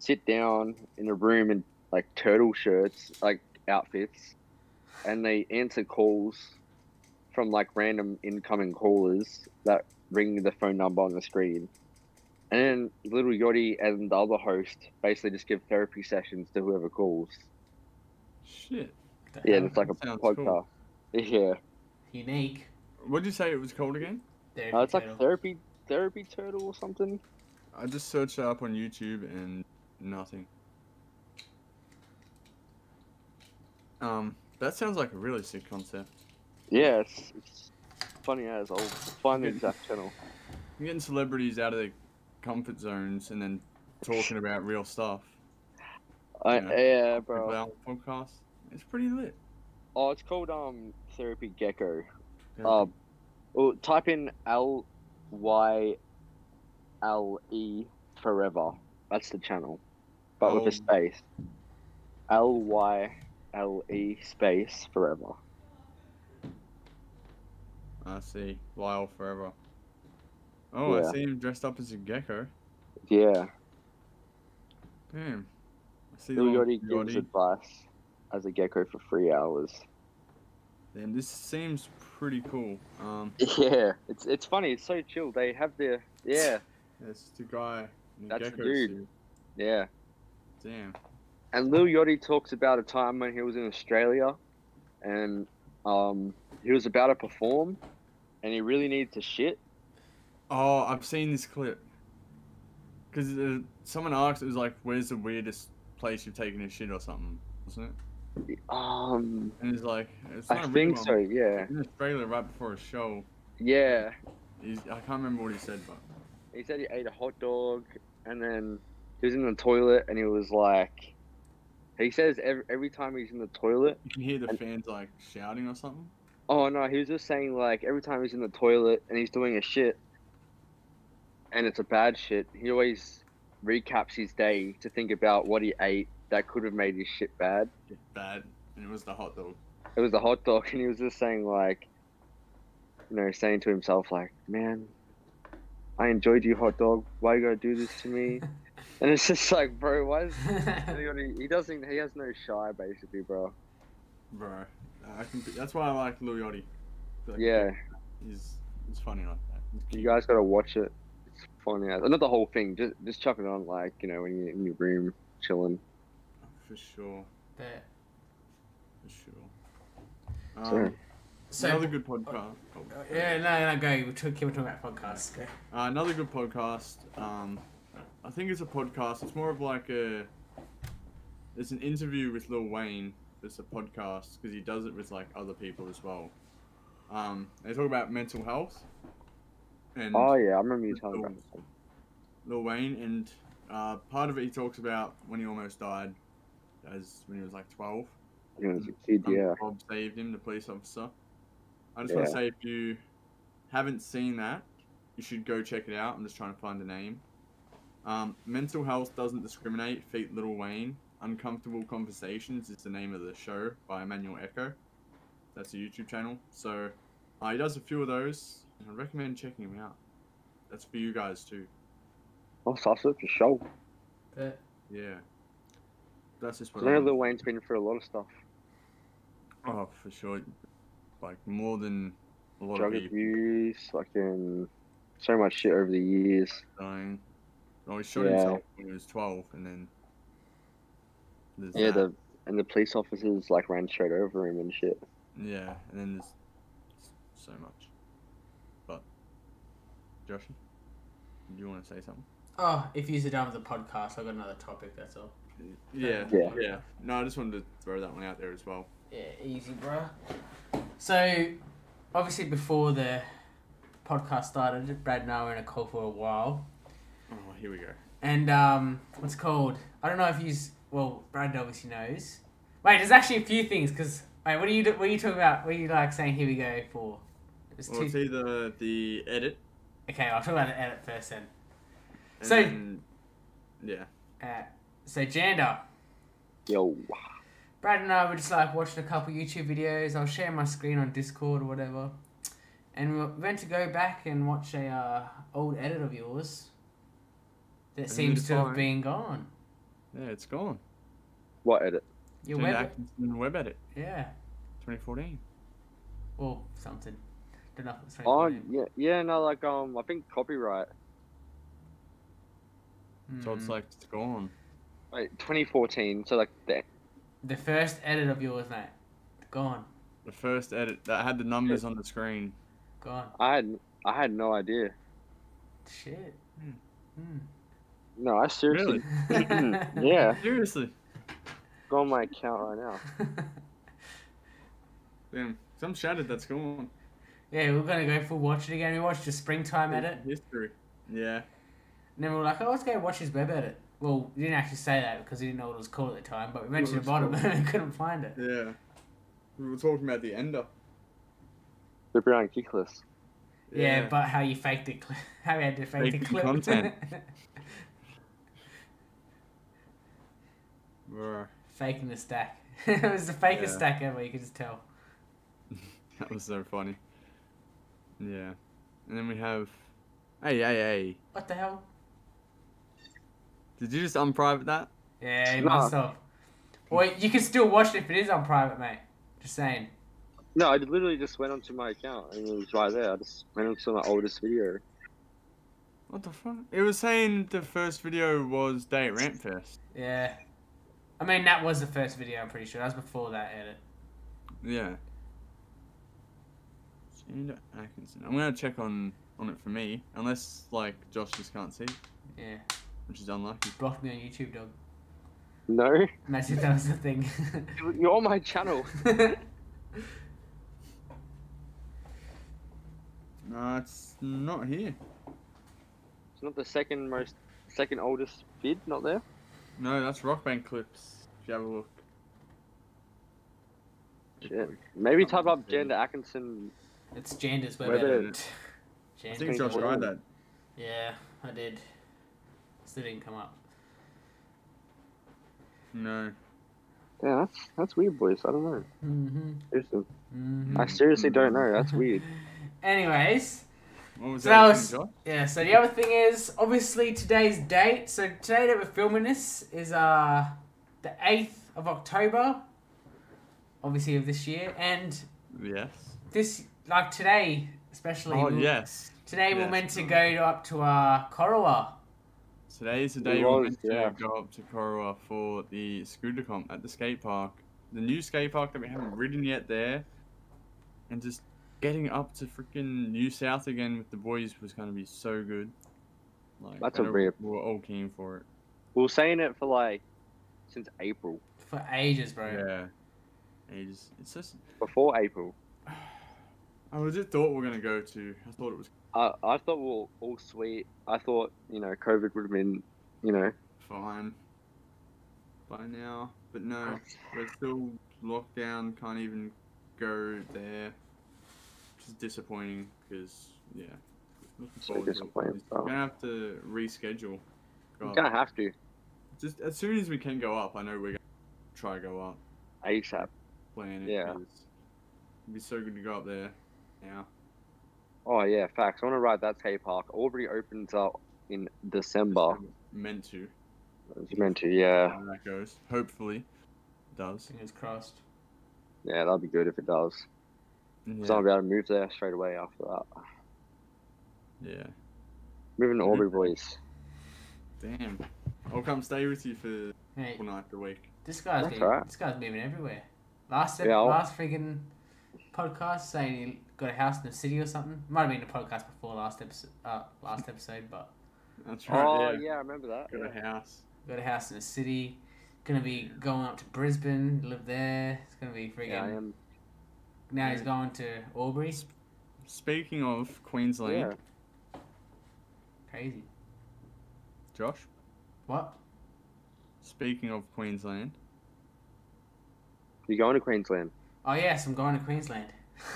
Speaker 3: sit down in a room in like turtle shirts, like outfits, and they answer calls from like random incoming callers that ring the phone number on the screen. And then Little Yachty and the other host basically just give therapy sessions to whoever calls.
Speaker 1: Shit.
Speaker 2: What the um,
Speaker 3: Yeah,
Speaker 2: hell?
Speaker 3: it's like a
Speaker 1: Sounds
Speaker 3: podcast. (laughs)
Speaker 1: cool.
Speaker 3: Yeah,
Speaker 2: unique.
Speaker 1: What'd you say it was called again?
Speaker 2: There,
Speaker 3: uh, it's like
Speaker 2: turtle.
Speaker 3: therapy, therapy turtle or something.
Speaker 1: I just searched it up on YouTube and nothing. Um, that sounds like a really sick concept.
Speaker 3: Yeah, it's, it's funny as I'll find the exact channel.
Speaker 1: I'm getting celebrities out of their comfort zones and then talking about real stuff.
Speaker 3: I,
Speaker 1: Yeah.
Speaker 3: yeah.
Speaker 1: People
Speaker 3: bro.
Speaker 1: out on podcasts. It's pretty lit.
Speaker 3: Oh, it's called um Therapy Gecko. Um, well, type in L Y L E forever. That's the channel, but with
Speaker 1: Oh.
Speaker 3: a space. L Y L E space forever.
Speaker 1: I see. Lyle forever. Oh,
Speaker 3: Yeah.
Speaker 1: I see him dressed up as a gecko.
Speaker 3: Yeah.
Speaker 1: Damn. I see
Speaker 3: Lil
Speaker 1: little
Speaker 3: Yachty gives
Speaker 1: Yachty.
Speaker 3: advice as a gecko for three hours.
Speaker 1: Damn, this seems pretty cool. Um,
Speaker 3: Yeah, it's it's funny. It's so chill. They have their yeah
Speaker 1: it's the guy in the
Speaker 3: That's the
Speaker 1: gecko
Speaker 3: dude.
Speaker 1: suit.
Speaker 3: yeah.
Speaker 1: Damn.
Speaker 3: And Lil Yachty talks about a time when he was in Australia, and um he was about to perform, and he really needed to shit.
Speaker 1: Oh, I've seen this clip. Because uh, someone asked, it was like, where's the weirdest place you've taken a shit or something, wasn't it?
Speaker 3: Um,
Speaker 1: And it's like, it's not
Speaker 3: I
Speaker 1: a real
Speaker 3: think
Speaker 1: one.
Speaker 3: so. Yeah,
Speaker 1: In Australia, right before a show,
Speaker 3: yeah.
Speaker 1: he's, I can't remember what he said, but
Speaker 3: he said he ate a hot dog and then he was in the toilet and he was like he says every, every time he's in the toilet
Speaker 1: you can hear the
Speaker 3: And-
Speaker 1: fans like shouting or something.
Speaker 3: oh no he was just saying like every time he's in the toilet and he's doing a shit and it's a bad shit he always recaps his day to think about what he ate that could have made his shit bad
Speaker 1: Bad. And it was the hot dog.
Speaker 3: it was the hot dog (laughs) and he was just saying like you know saying to himself like man i enjoyed you hot dog why you gotta do this to me and it's just like bro why
Speaker 2: (laughs)
Speaker 3: is
Speaker 2: yeah,
Speaker 3: He he doesn't. He has no shy, basically, bro.
Speaker 1: Bro. I can, that's why I like Lil Yachty. Like,
Speaker 3: Yeah,
Speaker 1: He's, he's funny like that. He's
Speaker 3: you
Speaker 1: cute.
Speaker 3: guys gotta watch it. It's funny. as- Not the whole thing. Just just chuck it on, like you know, when you're in your room chilling.
Speaker 1: For sure.
Speaker 2: There.
Speaker 1: For sure. Um,
Speaker 3: Sure.
Speaker 1: Another
Speaker 2: So,
Speaker 1: good podcast. oh.
Speaker 2: yeah, no, no, go. We took, keep talking about podcasts. Go.
Speaker 1: Uh, another good podcast. Um, I think it's a podcast. It's more of like a. It's an interview with Lil Wayne. It's a podcast because he does it with like other people as well. Um, they talk about mental health. And
Speaker 3: Oh yeah, I remember you telling me. About
Speaker 1: Cool.
Speaker 3: this one.
Speaker 1: Lil Wayne, and uh, part of it he talks about when he almost died, as when he was like twelve.
Speaker 3: You know, as a kid,
Speaker 1: Um,
Speaker 3: yeah.
Speaker 1: Bob saved him, the police officer. I just want
Speaker 3: Yeah.
Speaker 1: to say, if you haven't seen that, you should go check it out. I'm just trying to find the name. Um, Mental Health Doesn't Discriminate, Feet Little Wayne. Uncomfortable Conversations is the name of the show by Emmanuel Echo. That's a YouTube channel. So uh, he does a few of those, and I recommend checking him out. That's for you guys too.
Speaker 3: Oh, sausage for sure.
Speaker 2: There.
Speaker 1: Yeah. That's just
Speaker 3: I
Speaker 1: what
Speaker 3: know
Speaker 1: I'm-
Speaker 3: Lil Wayne's been through a lot of stuff.
Speaker 1: Oh, for sure. Like, more than a lot
Speaker 3: Drug
Speaker 1: of people.
Speaker 3: abuse, fucking so much shit over the years.
Speaker 1: dying. Oh, he shot
Speaker 3: Yeah.
Speaker 1: himself when he was 12, and then. there's
Speaker 3: Yeah,
Speaker 1: that.
Speaker 3: the and the police officers like ran straight over him and shit.
Speaker 1: Yeah, and then there's s- so much. But. Josh, do you want to say something?
Speaker 2: Oh, if you're done with the podcast, I've got another topic, that's all.
Speaker 1: Yeah,
Speaker 3: Yeah.
Speaker 1: yeah. No, I just wanted to throw that one out there as well.
Speaker 2: Yeah, easy, bruh. So, obviously, before the podcast started, Brad and I were in a call for a while.
Speaker 1: Oh, here we go.
Speaker 2: And, um, what's it called? I don't know if he's. Well, Brad obviously knows. Wait, there's actually a few things, because. Wait, what are, you, what are you talking about? What are you, like, saying here we go for? There's
Speaker 1: (laughs) Well, it's
Speaker 2: two,
Speaker 1: either the edit.
Speaker 2: okay, I'll talk about the edit first then.
Speaker 1: And
Speaker 2: Say-
Speaker 1: then- yeah.
Speaker 2: Uh, so, Janda.
Speaker 3: Yo,
Speaker 2: Brad and I were just like watching a couple YouTube videos. I was sharing my screen on Discord or whatever, and we went to go back and watch a uh, old edit of yours that
Speaker 1: And
Speaker 2: seems
Speaker 1: it's
Speaker 2: to have
Speaker 1: fine.
Speaker 2: been gone.
Speaker 1: Yeah, it's gone.
Speaker 3: what edit?
Speaker 2: Your
Speaker 1: Dude,
Speaker 2: web,
Speaker 1: Atkinson web edit,
Speaker 2: yeah,
Speaker 1: 2014.
Speaker 2: or something. Don't know. If it's
Speaker 3: Oh
Speaker 2: right.
Speaker 3: yeah, yeah. No, like um, I think copyright.
Speaker 1: So
Speaker 3: Mm-hmm.
Speaker 1: it's
Speaker 2: Mm.
Speaker 1: like, it's gone.
Speaker 3: Wait, 2014. So like the
Speaker 2: the first edit of yours, mate. Gone,
Speaker 1: The first edit that had the numbers on the screen.
Speaker 2: gone.
Speaker 3: I had I had no idea.
Speaker 2: Shit.
Speaker 3: (laughs)
Speaker 1: Hmm.
Speaker 2: Hmm. (laughs)
Speaker 3: No, I seriously. yeah,
Speaker 1: Seriously.
Speaker 3: go on my account right now.
Speaker 1: Damn, some shattered that's gone.
Speaker 2: yeah, we're gonna go full watch it again. We watched a springtime edit.
Speaker 1: History. Yeah.
Speaker 2: And then we were like, oh, let's go watch his web edit. Well, we didn't actually say that because we didn't know what it was called at the time, but we went to the
Speaker 1: What it
Speaker 2: bottom
Speaker 1: was
Speaker 2: (laughs) and couldn't find it.
Speaker 1: Yeah. We were talking about the ender.
Speaker 3: The Brown Kickless.
Speaker 2: Yeah, but how you faked it, (laughs) how we had to fake
Speaker 1: Fake
Speaker 2: the
Speaker 1: the
Speaker 2: clip.
Speaker 1: content. Bruh,
Speaker 2: (laughs) Faking the stack. (laughs) it was the fakest
Speaker 1: Yeah.
Speaker 2: stack ever, you could just tell.
Speaker 1: that was so funny. Yeah. And then we have. Hey, hey, hey.
Speaker 2: What the hell?
Speaker 1: Did you just unprivate that?
Speaker 2: Yeah, you
Speaker 3: Nah.
Speaker 2: must have. Well, you can still watch it if it is on private, mate. Just saying.
Speaker 3: No, I literally just went onto my account and it was right there. I just went onto my oldest video.
Speaker 1: What the fuck? It was saying the first video was Day at Rant Fest.
Speaker 2: Yeah. I mean, that was the first video, I'm pretty sure. That was before that edit.
Speaker 1: Yeah. Jacinda Atkinson. I'm gonna check on on it for me, unless like Josh just can't see,
Speaker 2: Yeah.
Speaker 1: which is unlucky.
Speaker 2: Blocked me on YouTube, dog.
Speaker 3: No,
Speaker 2: Imagine if that was the thing.
Speaker 3: you're on my channel.
Speaker 2: (laughs)
Speaker 1: No, it's not here.
Speaker 3: It's not the second most, second oldest vid. Not there.
Speaker 1: No, that's Rock Band clips. If you have a look.
Speaker 3: Shit. Maybe type up Janda Atkinson.
Speaker 2: it's Jander's web
Speaker 3: Web
Speaker 2: edit.
Speaker 3: edit.
Speaker 1: I
Speaker 2: Janders.
Speaker 1: think Josh tried that.
Speaker 2: Yeah, I did. Still didn't come up.
Speaker 1: No.
Speaker 3: Yeah, that's that's weird, boys. I don't know.
Speaker 2: Mm-hmm.
Speaker 3: Seriously.
Speaker 2: Mm-hmm.
Speaker 3: I seriously don't know. That's weird.
Speaker 2: Anyways,
Speaker 1: What was
Speaker 2: So
Speaker 1: that?
Speaker 2: that
Speaker 1: again,
Speaker 2: was-
Speaker 1: Josh?
Speaker 2: yeah. So the other thing is obviously today's date. So today that we're filming this is uh the eighth of October, obviously of this year, and
Speaker 1: Yes.
Speaker 2: this like today especially.
Speaker 1: Oh
Speaker 2: we-
Speaker 1: yes.
Speaker 2: Today we're
Speaker 1: Yes.
Speaker 2: meant to go to, up to uh Koroa.
Speaker 1: Today is the day
Speaker 3: It
Speaker 1: we're
Speaker 3: was,
Speaker 1: meant to
Speaker 3: yeah.
Speaker 1: go up to Corowa for the scooter comp at the skate park. The new skate park that we haven't ridden yet there. And just getting up to freaking New South again with the boys was going to be so good. Like,
Speaker 3: That's a
Speaker 1: I know
Speaker 3: rip.
Speaker 1: We were all keen for it.
Speaker 3: We We're saying it for like since April.
Speaker 2: for ages, bro.
Speaker 1: Yeah. Ages. It's just.
Speaker 3: Before April,
Speaker 1: I legit thought we were going to go to. I thought it was
Speaker 3: I I thought we were all sweet. I thought you know COVID would have been you know
Speaker 1: fine by now. But no, we're still locked down, can't even go there. Which is disappointing because, yeah. looking
Speaker 3: So
Speaker 1: forward to it.
Speaker 3: disappointing,
Speaker 1: We're
Speaker 3: bro.
Speaker 1: gonna have to reschedule. Go
Speaker 3: we're
Speaker 1: up.
Speaker 3: gonna have to
Speaker 1: Just as soon as we can go up, I know we're gonna try to go up,
Speaker 3: ASAP.
Speaker 1: plan it.
Speaker 3: Yeah.
Speaker 1: 'cause It'd be so good to go up there now.
Speaker 3: Oh yeah, facts. I want to ride that skate park. Already opens up in December.
Speaker 1: Meant to.
Speaker 3: It's meant to, yeah,
Speaker 1: How that goes. Hopefully, it does.
Speaker 2: Fingers crossed.
Speaker 3: yeah. That'd be good if it does.
Speaker 1: Yeah.
Speaker 3: So I'll be able to move there straight away after that.
Speaker 1: yeah.
Speaker 3: Moving to
Speaker 1: Mm-hmm.
Speaker 3: Aubrey boys.
Speaker 1: Damn. I'll come stay with you for
Speaker 2: Hey,
Speaker 1: all night the week.
Speaker 2: this guy's
Speaker 3: That's
Speaker 2: been,
Speaker 3: alright.
Speaker 2: this guy's moving everywhere. Last ep-
Speaker 3: Yeah, I'll-
Speaker 2: last friggin' podcast saying he got a house in the city or something. Might have been the podcast before last episode. Uh, last episode, but
Speaker 1: That's right.
Speaker 3: Oh
Speaker 1: yeah.
Speaker 3: yeah. I remember that.
Speaker 1: Got
Speaker 3: Yeah.
Speaker 1: a house.
Speaker 2: got a house in the city. Gonna be going up to Brisbane, live there. It's gonna be friggin'
Speaker 3: Yeah, I am.
Speaker 2: now he's going to Albury.
Speaker 1: Speaking of Queensland,
Speaker 3: Yeah.
Speaker 2: Crazy.
Speaker 1: Josh.
Speaker 2: What?
Speaker 1: Speaking of Queensland, (laughs)
Speaker 3: You going to Queensland?
Speaker 2: Oh yes, I'm going to Queensland.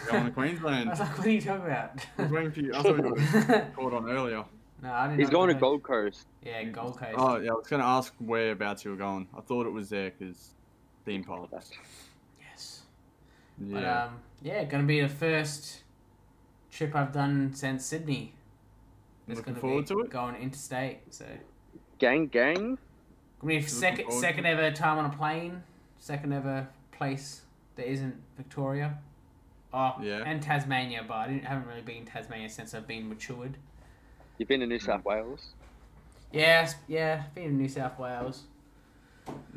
Speaker 1: going to
Speaker 2: (laughs) I was
Speaker 1: Queensland.
Speaker 2: like, what are you talking about?
Speaker 1: I was waiting for you. I thought you
Speaker 3: (laughs)
Speaker 1: were called on earlier.
Speaker 2: (laughs) no, I didn't.
Speaker 3: He's
Speaker 2: know
Speaker 3: going to
Speaker 2: that.
Speaker 3: Gold Coast.
Speaker 2: Yeah, Gold Coast.
Speaker 1: Oh yeah, I was gonna ask whereabouts you were going. I thought it was there because theme parks.
Speaker 2: Yes. But
Speaker 1: Yeah.
Speaker 2: um, yeah, gonna be the first trip I've done since Sydney. It's
Speaker 1: Looking
Speaker 2: gonna
Speaker 1: forward
Speaker 2: be
Speaker 1: to it.
Speaker 2: Going interstate, so
Speaker 3: Gang, gang.
Speaker 2: gonna be second
Speaker 1: forward to
Speaker 2: second ever time on a plane, second ever place that isn't Victoria. Oh,
Speaker 1: Yeah.
Speaker 2: and Tasmania, but I didn't haven't really been in Tasmania since I've been matured.
Speaker 3: You've been to
Speaker 1: Mm.
Speaker 3: New South Wales.
Speaker 2: Yes, yeah, been in New South Wales,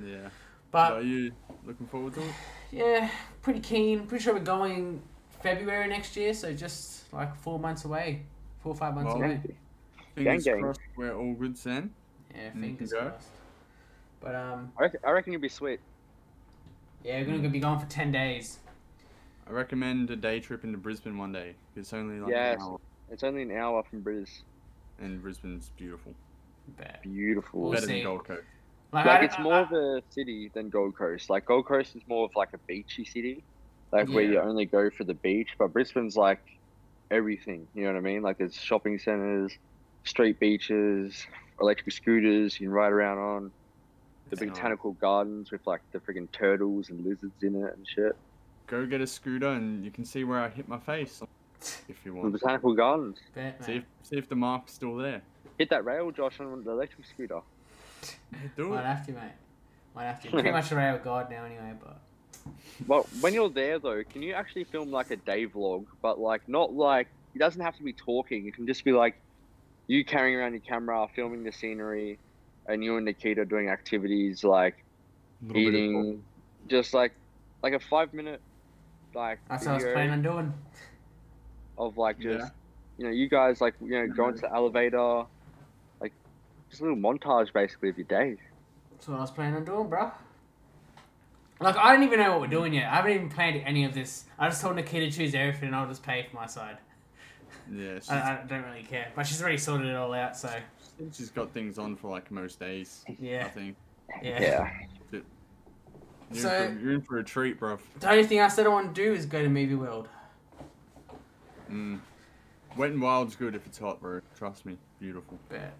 Speaker 1: yeah.
Speaker 2: but
Speaker 1: So are you looking forward to it?
Speaker 2: Yeah, pretty keen. Pretty sure we're going February next year, so just like four months away, four or five months
Speaker 1: Well,
Speaker 2: away.
Speaker 1: Fingers
Speaker 3: gang.
Speaker 1: crossed, we're all good, Sam.
Speaker 2: Yeah,
Speaker 1: can
Speaker 2: fingers
Speaker 1: go.
Speaker 2: crossed. But um,
Speaker 3: I reckon, I reckon you'll be sweet.
Speaker 2: yeah, we're gonna be gone for ten days.
Speaker 1: I recommend a day trip into Brisbane one day. It's only like
Speaker 3: Yes.
Speaker 1: an hour,
Speaker 3: It's only an hour from British.
Speaker 1: and Brisbane's beautiful.
Speaker 2: But,
Speaker 3: Beautiful.
Speaker 2: We'll
Speaker 1: Better
Speaker 2: see.
Speaker 1: than Gold Coast.
Speaker 2: like, I
Speaker 3: Like
Speaker 2: don't-
Speaker 3: it's more
Speaker 2: I-
Speaker 3: of a city than Gold Coast. Like Gold Coast is more of like a beachy city, like where you
Speaker 1: Yeah.
Speaker 3: only go for the beach. But Brisbane's like everything. You know what I mean? Like there's shopping centers, street beaches, electric scooters you can ride around on. The
Speaker 1: It's nice.
Speaker 3: botanical gardens with like the freaking turtles and lizards in it and shit.
Speaker 1: Go get a scooter, and you can see where I hit my face. if you
Speaker 3: The
Speaker 1: want.
Speaker 3: botanical gardens.
Speaker 2: Bet,
Speaker 1: See if,
Speaker 2: mate.
Speaker 1: see if the mark's still there.
Speaker 3: Hit that rail, Josh, on the electric scooter.
Speaker 1: Do
Speaker 2: Might
Speaker 1: it.
Speaker 2: have to, mate. Might have to. Pretty much a ray of God now, anyway, but.
Speaker 3: Well, when you're there though, can you actually film like a day vlog? But like not like it doesn't have to be talking. It can just be like you carrying around your camera, filming the scenery, and you and Nikita doing activities like
Speaker 1: Little bit of-
Speaker 3: eating, just like like a five minute like
Speaker 2: That's what I was
Speaker 3: video
Speaker 2: planning on doing.
Speaker 3: of like
Speaker 1: Yeah.
Speaker 3: just you know you guys like you know going to the elevator, like just a little montage basically of your day.
Speaker 2: That's what I was planning on doing, bro. Like, I don't even know what we're doing yet. I haven't even planned any of this. I just told Nikita to choose everything and I'll just pay for my side.
Speaker 1: Yeah, she's,
Speaker 2: I, I don't really care. But she's already sorted it all out, so.
Speaker 1: she's got things on for like most days. I
Speaker 2: Yeah.
Speaker 1: think
Speaker 2: Yeah.
Speaker 3: Yeah,
Speaker 1: you're,
Speaker 2: So-
Speaker 1: in for, you're in for a treat, bruv.
Speaker 2: The only thing I said I want to do is go to Movie World.
Speaker 1: Mm. Wet and wild's good if it's hot, bro. Trust me, beautiful.
Speaker 2: But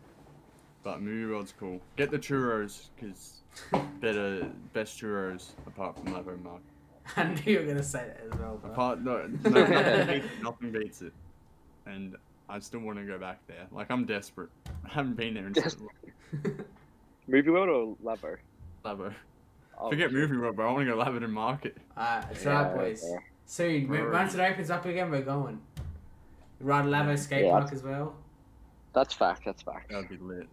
Speaker 1: But movie world's cool. Get the churros, cause better best churros apart from Levo Mark.
Speaker 2: (laughs) I knew you were going to say that as well, bro.
Speaker 1: Apart no,
Speaker 3: (laughs)
Speaker 1: no nothing, beats, nothing beats it. And I still want to go back there. Like I'm desperate. I haven't been there in so
Speaker 3: Desperate.
Speaker 1: long.
Speaker 3: movie world or Labo.
Speaker 1: Levo.
Speaker 3: Oh,
Speaker 1: Forget
Speaker 3: shit.
Speaker 1: movie world, but I want to go Laverton Market.
Speaker 2: Alright, it's
Speaker 3: Yeah,
Speaker 2: right, boys.
Speaker 3: yeah.
Speaker 2: Soon,
Speaker 1: Where
Speaker 2: mo-
Speaker 1: are
Speaker 2: once it
Speaker 1: you?
Speaker 2: opens up again, we're going. Ride Lavo Skate
Speaker 3: Yeah.
Speaker 2: Park as well.
Speaker 3: That's fact. That's fact.
Speaker 1: That'd be lit.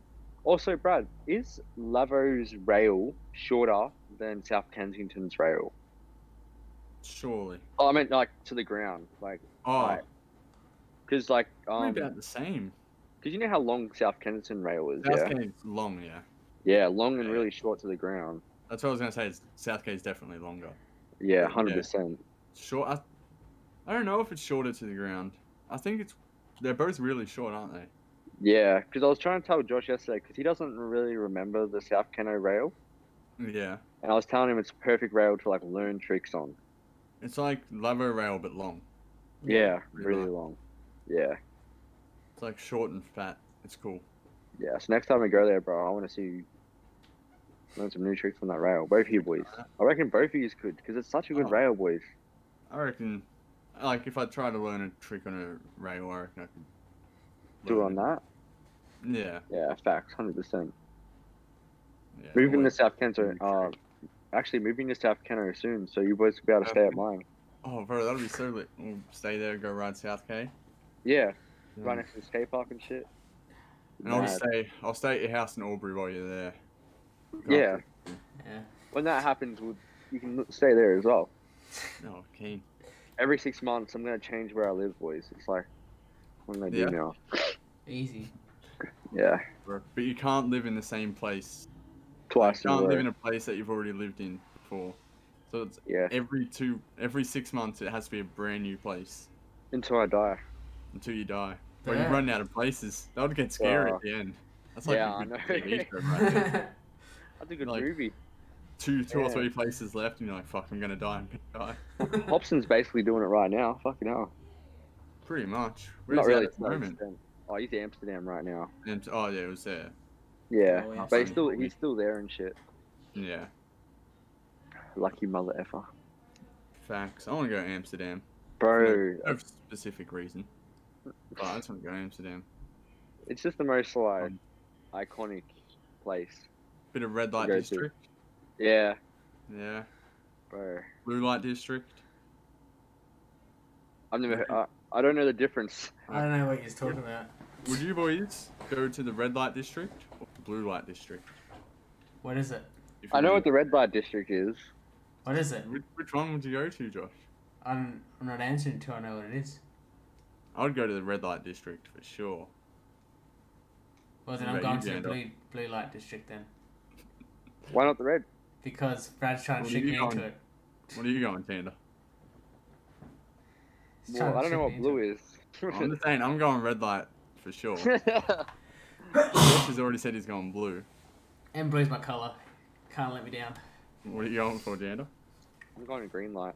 Speaker 3: Also, Brad, is Lavo's rail shorter than South Kensington's rail?
Speaker 1: Surely.
Speaker 3: Oh, I meant like to the ground, like
Speaker 1: Oh,
Speaker 3: Right. because like um,
Speaker 1: maybe
Speaker 3: because
Speaker 1: about the same.
Speaker 3: you know how long South Kensington rail is, Um, yeah,
Speaker 1: Southgate's long, yeah.
Speaker 3: yeah, long and
Speaker 1: Yeah.
Speaker 3: really short to the ground.
Speaker 1: That's what I was gonna say. Is Southgate's definitely longer.
Speaker 3: Yeah,
Speaker 1: Yeah.
Speaker 3: hundred percent.
Speaker 1: Short. I, I don't know if it's shorter to the ground. I think it's. They're both really short, aren't they?
Speaker 3: Yeah, because I was trying to tell Josh yesterday because he doesn't really remember the South Keno rail,
Speaker 1: Yeah.
Speaker 3: and I was telling him it's a perfect rail to like learn tricks on.
Speaker 1: It's like Lavo Rail but long.
Speaker 3: Yeah,
Speaker 1: Really
Speaker 3: really long. Yeah,
Speaker 1: It's like short and fat. It's cool.
Speaker 3: yeah. So next time we go there, bro, I want to see you learn some new tricks on that rail. Both of you boys. I reckon both of you could because it's such a good
Speaker 1: Oh.
Speaker 3: rail, boys.
Speaker 1: I reckon. Like if I try to learn a trick on a rail, I reckon I could.
Speaker 3: Do it on
Speaker 1: learn
Speaker 3: that.
Speaker 1: it. Yeah.
Speaker 3: Yeah, facts, hundred percent.
Speaker 1: yeah
Speaker 3: Moving to
Speaker 1: always-
Speaker 3: South Kento, uh, actually moving to South Kento soon, so you boys will be able to stay at mine.
Speaker 1: Oh, bro, that'll be so lit. We'll stay there, go ride South K.
Speaker 3: Yeah, right next to the skate park and shit.
Speaker 1: And I'll just
Speaker 3: Mad.
Speaker 1: stay. I'll stay at your house in Albury while you're there.
Speaker 3: Yeah,
Speaker 2: Yeah.
Speaker 3: when that happens, we'll, you can stay there as well.
Speaker 1: Oh, keen.
Speaker 3: Every six months, I'm gonna change where I live, boys. It's like what am I gonna
Speaker 1: Yeah.
Speaker 3: do now?
Speaker 2: Easy.
Speaker 3: Yeah,
Speaker 1: Bro. But you can't live in the same place
Speaker 3: twice.
Speaker 1: You
Speaker 3: in a
Speaker 1: can't live
Speaker 3: row.
Speaker 1: in a place that you've already lived in before. So it's
Speaker 3: Yeah,
Speaker 1: every two, every six months, it has to be a brand new place
Speaker 3: until I die.
Speaker 1: until you die. Or you
Speaker 2: Yeah.
Speaker 1: run out of places. That would get scary
Speaker 3: Wow.
Speaker 1: at the end. That's like
Speaker 3: Yeah,
Speaker 1: a
Speaker 3: I
Speaker 1: good
Speaker 3: know.
Speaker 1: TV
Speaker 2: (laughs)
Speaker 1: show right there.
Speaker 3: That's a good
Speaker 1: Like-
Speaker 3: movie.
Speaker 1: Two, two or
Speaker 3: Yeah.
Speaker 1: three places left, and you're like, "Fuck, I'm gonna die. I'm gonna (laughs) die."
Speaker 3: Hobson's basically doing it right now. Fucking hell.
Speaker 1: Pretty much. Where's
Speaker 3: Not
Speaker 1: that
Speaker 3: really.
Speaker 1: at
Speaker 3: it's
Speaker 1: the
Speaker 3: not
Speaker 1: moment?
Speaker 3: Amsterdam. Oh, he's in Amsterdam right now.
Speaker 1: And- oh yeah, it was there.
Speaker 3: Yeah,
Speaker 2: Oh, yeah.
Speaker 3: but he's still
Speaker 1: Amsterdam.
Speaker 3: he's still there and shit.
Speaker 1: Yeah,
Speaker 3: Lucky mother effer.
Speaker 1: facts. I want to go to Amsterdam.
Speaker 3: Bro,
Speaker 1: No specific reason. But I just want to go to Amsterdam.
Speaker 3: it's just the most like
Speaker 1: Um,
Speaker 3: iconic place.
Speaker 1: Bit of red light
Speaker 3: go to.
Speaker 1: district.
Speaker 3: Yeah,
Speaker 1: Yeah,
Speaker 3: bro.
Speaker 1: blue light district.
Speaker 3: I've never. Heard, I, I don't know the difference.
Speaker 2: (laughs) I don't know what you're talking about.
Speaker 1: Would you boys go to the red light district or the blue light district?
Speaker 2: What is it?
Speaker 1: If
Speaker 3: I
Speaker 1: you
Speaker 3: know
Speaker 1: were-
Speaker 3: what the red light district is.
Speaker 2: What is it?
Speaker 1: Which, which one would you go to, Josh?
Speaker 2: I'm, I'm not answering until I know what it is.
Speaker 1: I would go to the red light district for sure.
Speaker 2: Well, then
Speaker 1: What
Speaker 2: I'm
Speaker 1: about
Speaker 2: going
Speaker 1: you,
Speaker 2: to the
Speaker 1: Gandalf?
Speaker 2: blue, blue light district then.
Speaker 3: Why not the red?
Speaker 2: Because Brad's trying to
Speaker 1: Well,
Speaker 2: trick
Speaker 1: you
Speaker 2: me
Speaker 1: go
Speaker 2: into
Speaker 1: on-
Speaker 2: it.
Speaker 1: What are you going,
Speaker 3: (laughs)
Speaker 1: Tander?
Speaker 2: He's trying
Speaker 3: Well,
Speaker 2: to
Speaker 3: I don't know
Speaker 2: trick me
Speaker 3: what blue
Speaker 2: into
Speaker 3: is.
Speaker 1: I'm
Speaker 3: (laughs)
Speaker 1: just saying, I'm going red light for sure. Josh has already said he's going blue.
Speaker 2: it. (laughs) And blue's my colour. Can't let me down.
Speaker 1: What are you going for, Tander?
Speaker 3: I'm going to green light.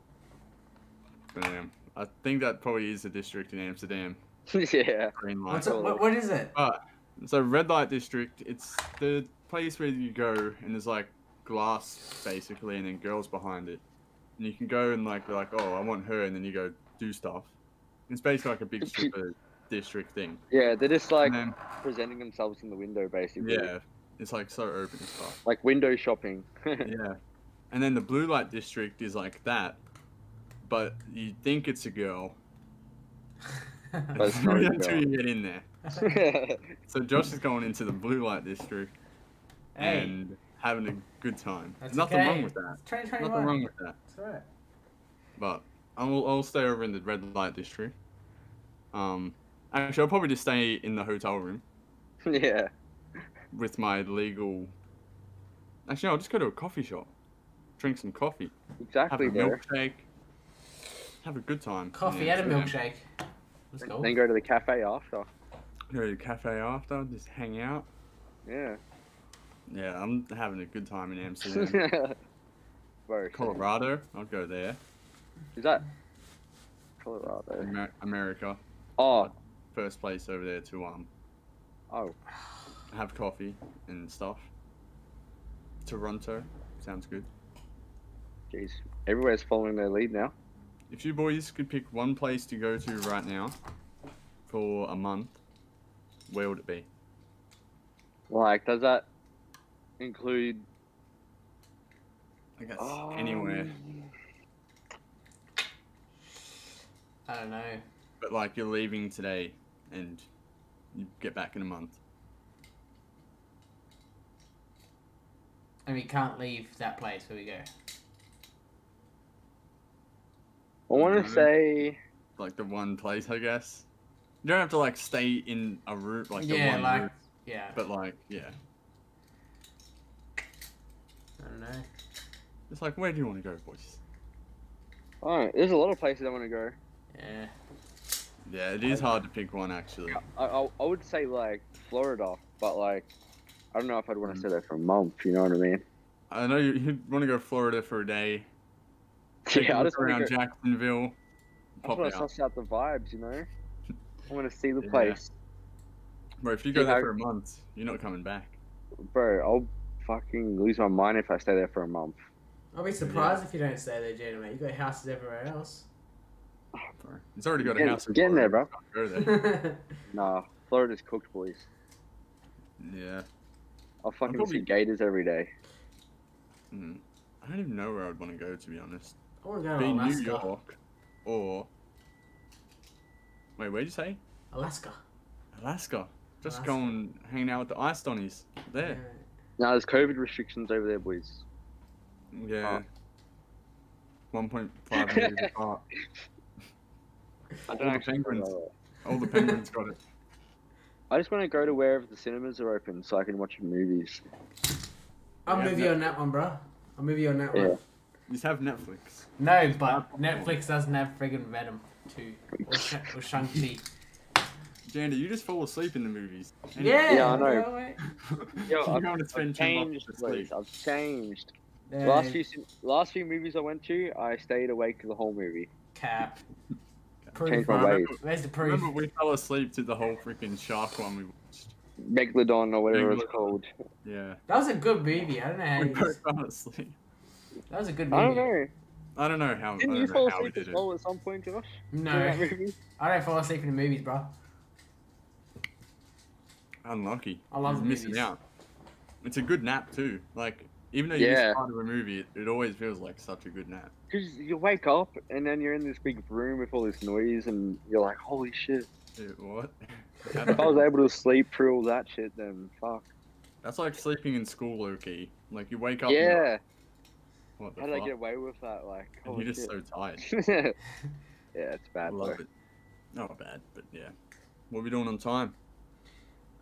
Speaker 3: (laughs)
Speaker 1: Damn. I think that probably is the district in Amsterdam.
Speaker 3: yeah.
Speaker 1: Green light.
Speaker 2: What's it, what, what is it?
Speaker 1: But so red light district, it's the place where you go and there's like glass basically, and then girls behind it, and you can go and like be like, oh, I want her, and then you go do stuff, It's basically like a big super district thing.
Speaker 3: Yeah, they're just like
Speaker 1: and then,
Speaker 3: presenting themselves in the window, basically.
Speaker 1: yeah, it's like so open and stuff.
Speaker 3: Like window shopping.
Speaker 1: yeah. And then the blue light district is like that, but you think it's a girl
Speaker 3: But
Speaker 2: (laughs)
Speaker 1: (laughs)
Speaker 3: it's not a
Speaker 1: until
Speaker 3: girl.
Speaker 1: you get in there.
Speaker 3: (laughs)
Speaker 1: (laughs) So Josh is going into the blue light district
Speaker 2: hey,
Speaker 1: and having a good time.
Speaker 2: that's
Speaker 1: There's nothing
Speaker 2: okay.
Speaker 1: wrong with that.
Speaker 2: It's 2021.
Speaker 1: Nothing wrong with that.
Speaker 2: That's all right.
Speaker 1: But I'll, I'll stay over in the red light district. Um, actually, I'll probably just stay in the hotel room
Speaker 3: (laughs) yeah.
Speaker 1: with my legal. Actually, I'll just go to a coffee shop, drink some coffee, have a
Speaker 3: Exactly, bro.
Speaker 1: milkshake, have a good time.
Speaker 2: Coffee
Speaker 1: Yeah,
Speaker 2: and a
Speaker 1: yeah.
Speaker 2: milkshake. Let's go.
Speaker 3: Then go to the cafe after.
Speaker 1: Go to the cafe after, just hang out.
Speaker 3: Yeah.
Speaker 1: Yeah, I'm having a good time in
Speaker 3: (laughs)
Speaker 1: Amsterdam,
Speaker 3: bro,
Speaker 1: Colorado. I'll go there.
Speaker 3: is that Colorado?
Speaker 1: Amer- America,
Speaker 3: Oh,
Speaker 1: first place over there to um
Speaker 3: oh,
Speaker 1: have coffee and stuff. Toronto sounds good.
Speaker 3: jeez. Everywhere's following their lead now.
Speaker 1: If you boys could pick one place to go to right now for a month, where would it be?
Speaker 3: Like, does that include oh.
Speaker 1: I guess anywhere.
Speaker 3: Um,
Speaker 2: I don't know.
Speaker 1: But like you're leaving today and you get back in a month.
Speaker 2: And we can't leave that place where we go.
Speaker 3: I want
Speaker 1: Mhm.
Speaker 3: to say
Speaker 1: Like the one place, I guess. You don't have to like stay in a room, like the
Speaker 2: yeah,
Speaker 1: one
Speaker 2: like,
Speaker 1: route,
Speaker 2: yeah.
Speaker 1: but like yeah,
Speaker 2: I don't know.
Speaker 1: it's like where do you want to go, boys?
Speaker 3: Oh, there's a lot of places I want to go.
Speaker 2: Yeah.
Speaker 1: Yeah, it is hard to pick one actually.
Speaker 3: I, I, I would say like Florida, but like I don't know if I'd want to
Speaker 1: Mm.
Speaker 3: stay there for a month. You know what I mean?
Speaker 1: I know you, you want to go to Florida for a day, take
Speaker 3: (laughs) Yeah,
Speaker 1: a
Speaker 3: I
Speaker 1: look
Speaker 3: just want
Speaker 1: around
Speaker 3: to go.
Speaker 1: Jacksonville,
Speaker 3: I just
Speaker 1: pop
Speaker 3: want to
Speaker 1: out.
Speaker 3: suss out the vibes.
Speaker 1: (laughs)
Speaker 3: You know, I want to see the
Speaker 1: Yeah.
Speaker 3: place,
Speaker 1: Bro, if you go there
Speaker 3: how-
Speaker 1: for a month, you're not coming back.
Speaker 3: bro. I'll fucking lose my mind if I stay there for a month.
Speaker 2: I'll be surprised if you don't stay there, Jenna, mate. you got houses everywhere else.
Speaker 1: Bro, It's already got a
Speaker 3: Get-
Speaker 1: house. in
Speaker 3: get in there,
Speaker 1: Florida. Go
Speaker 2: (laughs)
Speaker 3: (laughs)
Speaker 1: there.
Speaker 3: Nah, Florida's cooked, boys.
Speaker 1: Yeah.
Speaker 3: I'll fucking
Speaker 1: probably-
Speaker 3: see gators every day.
Speaker 1: Mm. I don't even know where I'd want to go, to be honest.
Speaker 2: I want to go to
Speaker 1: Be New
Speaker 2: Oh, Alaska.
Speaker 1: York or. Wait, where'd you say?
Speaker 2: Alaska.
Speaker 1: Alaska. Just
Speaker 2: Alaska.
Speaker 1: go and hanging out with the ice donnies. There.
Speaker 3: Now there's COVID restrictions over there, boys.
Speaker 1: Yeah. 1.5
Speaker 3: (laughs)
Speaker 1: meters apart.
Speaker 3: I
Speaker 1: All the penguins. All the penguins got it.
Speaker 3: I just want to go to wherever the cinemas are open so I can watch movies.
Speaker 2: I'll
Speaker 1: Yeah,
Speaker 2: move
Speaker 1: no-
Speaker 2: you on that one, bro. I'll move you on that
Speaker 3: Yeah.
Speaker 2: one.
Speaker 1: You just have Netflix.
Speaker 2: No, but Netflix doesn't have friggin' Venom 2 or, Sh- or Shang-Chi.
Speaker 1: Jandy, you just fall asleep in the movies.
Speaker 2: (laughs) Yeah,
Speaker 1: (laughs)
Speaker 3: Yeah, I know.
Speaker 2: mate.
Speaker 1: Yo,
Speaker 3: Yo,
Speaker 1: you
Speaker 3: I've-
Speaker 1: don't want to spend
Speaker 3: I've
Speaker 1: too much
Speaker 3: changed,
Speaker 1: to sleep.
Speaker 3: boys. I've changed.
Speaker 2: Yeah,
Speaker 3: Last few cin- last few movies I went to, I stayed awake the whole movie.
Speaker 2: cap.
Speaker 3: Changed
Speaker 2: Proof,
Speaker 3: my
Speaker 2: bro.
Speaker 3: ways.
Speaker 2: Where's the proof?
Speaker 1: Remember, we fell asleep to the whole freaking shark one we watched.
Speaker 3: Megalodon or whatever it's
Speaker 1: Megalodon.
Speaker 3: called.
Speaker 1: Yeah.
Speaker 2: That was a good movie. I don't know how
Speaker 1: We
Speaker 2: you...
Speaker 1: both fell asleep.
Speaker 2: That was a good movie.
Speaker 3: I don't know.
Speaker 1: I don't know how, I
Speaker 3: Didn't you
Speaker 1: don't
Speaker 3: fall
Speaker 1: know how we
Speaker 3: asleep as
Speaker 1: did it.
Speaker 3: well at some point, Josh? During
Speaker 2: No,
Speaker 3: that movie?
Speaker 2: I don't fall asleep in the movies, bro.
Speaker 1: Unlucky.
Speaker 2: I love
Speaker 1: You're
Speaker 2: the
Speaker 1: missing
Speaker 2: movies.
Speaker 1: out. It's a good nap too. Like even though you
Speaker 3: Yeah.
Speaker 1: miss part of a movie, it, it always feels like such a good nap.
Speaker 3: Because you wake up and then you're in this big room with all this noise and you're like, holy shit.
Speaker 1: Dude, what? (laughs)
Speaker 3: If I was able to sleep through all that shit, then fuck.
Speaker 1: That's like sleeping in school, low key. Like you wake up. and you're
Speaker 3: Yeah.
Speaker 1: like, what the
Speaker 3: How did I
Speaker 1: fuck?
Speaker 3: get away with that? Like,
Speaker 1: And
Speaker 3: holy
Speaker 1: you're just
Speaker 3: shit.
Speaker 1: so tired.
Speaker 3: (laughs) yeah, it's
Speaker 1: I
Speaker 3: bad.
Speaker 1: love
Speaker 3: bro.
Speaker 1: it. Not bad, but yeah. What are we doing on time?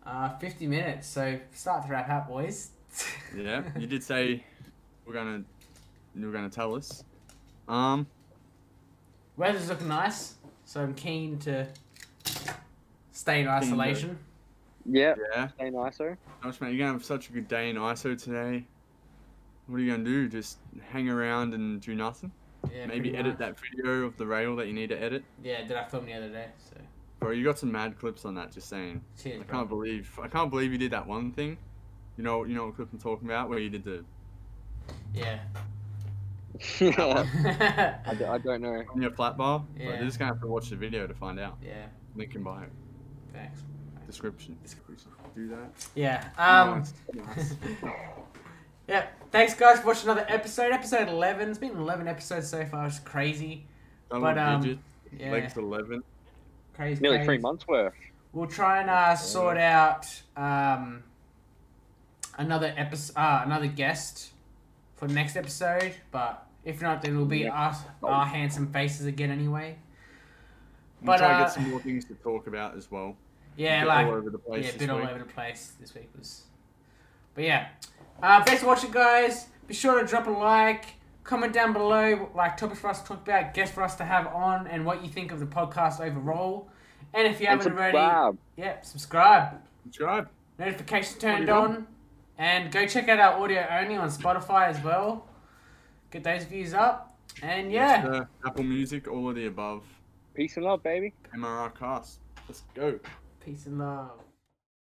Speaker 2: Uh, 50 minutes, so start to wrap up, boys.
Speaker 1: Yeah,
Speaker 2: (laughs)
Speaker 1: you did say we're gonna you were gonna tell us. Um,
Speaker 2: Weather's looking nice, so I'm keen to stay in
Speaker 1: to-
Speaker 2: isolation.
Speaker 3: Yeah,
Speaker 1: yeah.
Speaker 3: stay nice, though.
Speaker 1: Gosh, mate, you're gonna have such a good day in ISO today. What are you gonna do? Just hang around and do nothing?
Speaker 2: Yeah,
Speaker 1: Maybe
Speaker 2: pretty
Speaker 1: edit
Speaker 2: much.
Speaker 1: that video of the rail that you need to edit.
Speaker 2: Yeah, did I film the other day? So
Speaker 1: Bro, you got some mad clips on that. Just saying.
Speaker 2: cheers,
Speaker 1: I
Speaker 2: bro.
Speaker 1: can't believe I can't believe you did that one (laughs) thing. You know, you know what clip I'm talking about, where you did the
Speaker 2: Yeah,
Speaker 3: I,
Speaker 2: yeah. (laughs)
Speaker 3: d- (laughs) I don't know.
Speaker 1: on your flat bar. But
Speaker 2: Yeah.
Speaker 1: you're just gonna have to watch the video to find out. Link in bio,
Speaker 2: Thanks.
Speaker 1: description. description. Do that.
Speaker 2: Yeah. Um.
Speaker 1: Nice,
Speaker 2: (laughs)
Speaker 1: nice.
Speaker 2: yeah. Thanks, guys, for watching another episode. Episode eleven. It's been eleven episodes so far. It's crazy.
Speaker 1: Double
Speaker 2: but, um,
Speaker 1: digits,
Speaker 2: Yeah.
Speaker 1: legs eleven.
Speaker 2: Crazy.
Speaker 3: Nearly three
Speaker 2: crazy.
Speaker 3: months worth.
Speaker 2: We'll try and uh, sort out um, another episode, uh, another guest for the next episode. But if not, then it'll be
Speaker 3: Yeah.
Speaker 2: us, our handsome faces again anyway.
Speaker 1: We'll
Speaker 2: But,
Speaker 1: try and
Speaker 2: uh,
Speaker 1: get some more things to talk about as well.
Speaker 2: Yeah,
Speaker 1: Bit
Speaker 2: like
Speaker 1: all over the place
Speaker 2: yeah,
Speaker 1: this
Speaker 2: bit all
Speaker 1: week.
Speaker 2: over the place this week was. But yeah, uh, thanks for watching, guys. Be sure to drop a like, comment down below, like topics for us to talk about, guests for us to have on, and what you think of the podcast overall. And if you
Speaker 3: And
Speaker 2: haven't already,
Speaker 3: subscribe.
Speaker 2: yeah, subscribe.
Speaker 1: Subscribe.
Speaker 2: Notifications turned
Speaker 1: you
Speaker 2: on. And go check out our audio only on Spotify as well. Get those views up. And yeah,
Speaker 1: Uh, Apple Music, all of the above.
Speaker 3: Peace and love, baby.
Speaker 1: MRR Cast. Let's go.
Speaker 2: peace and love.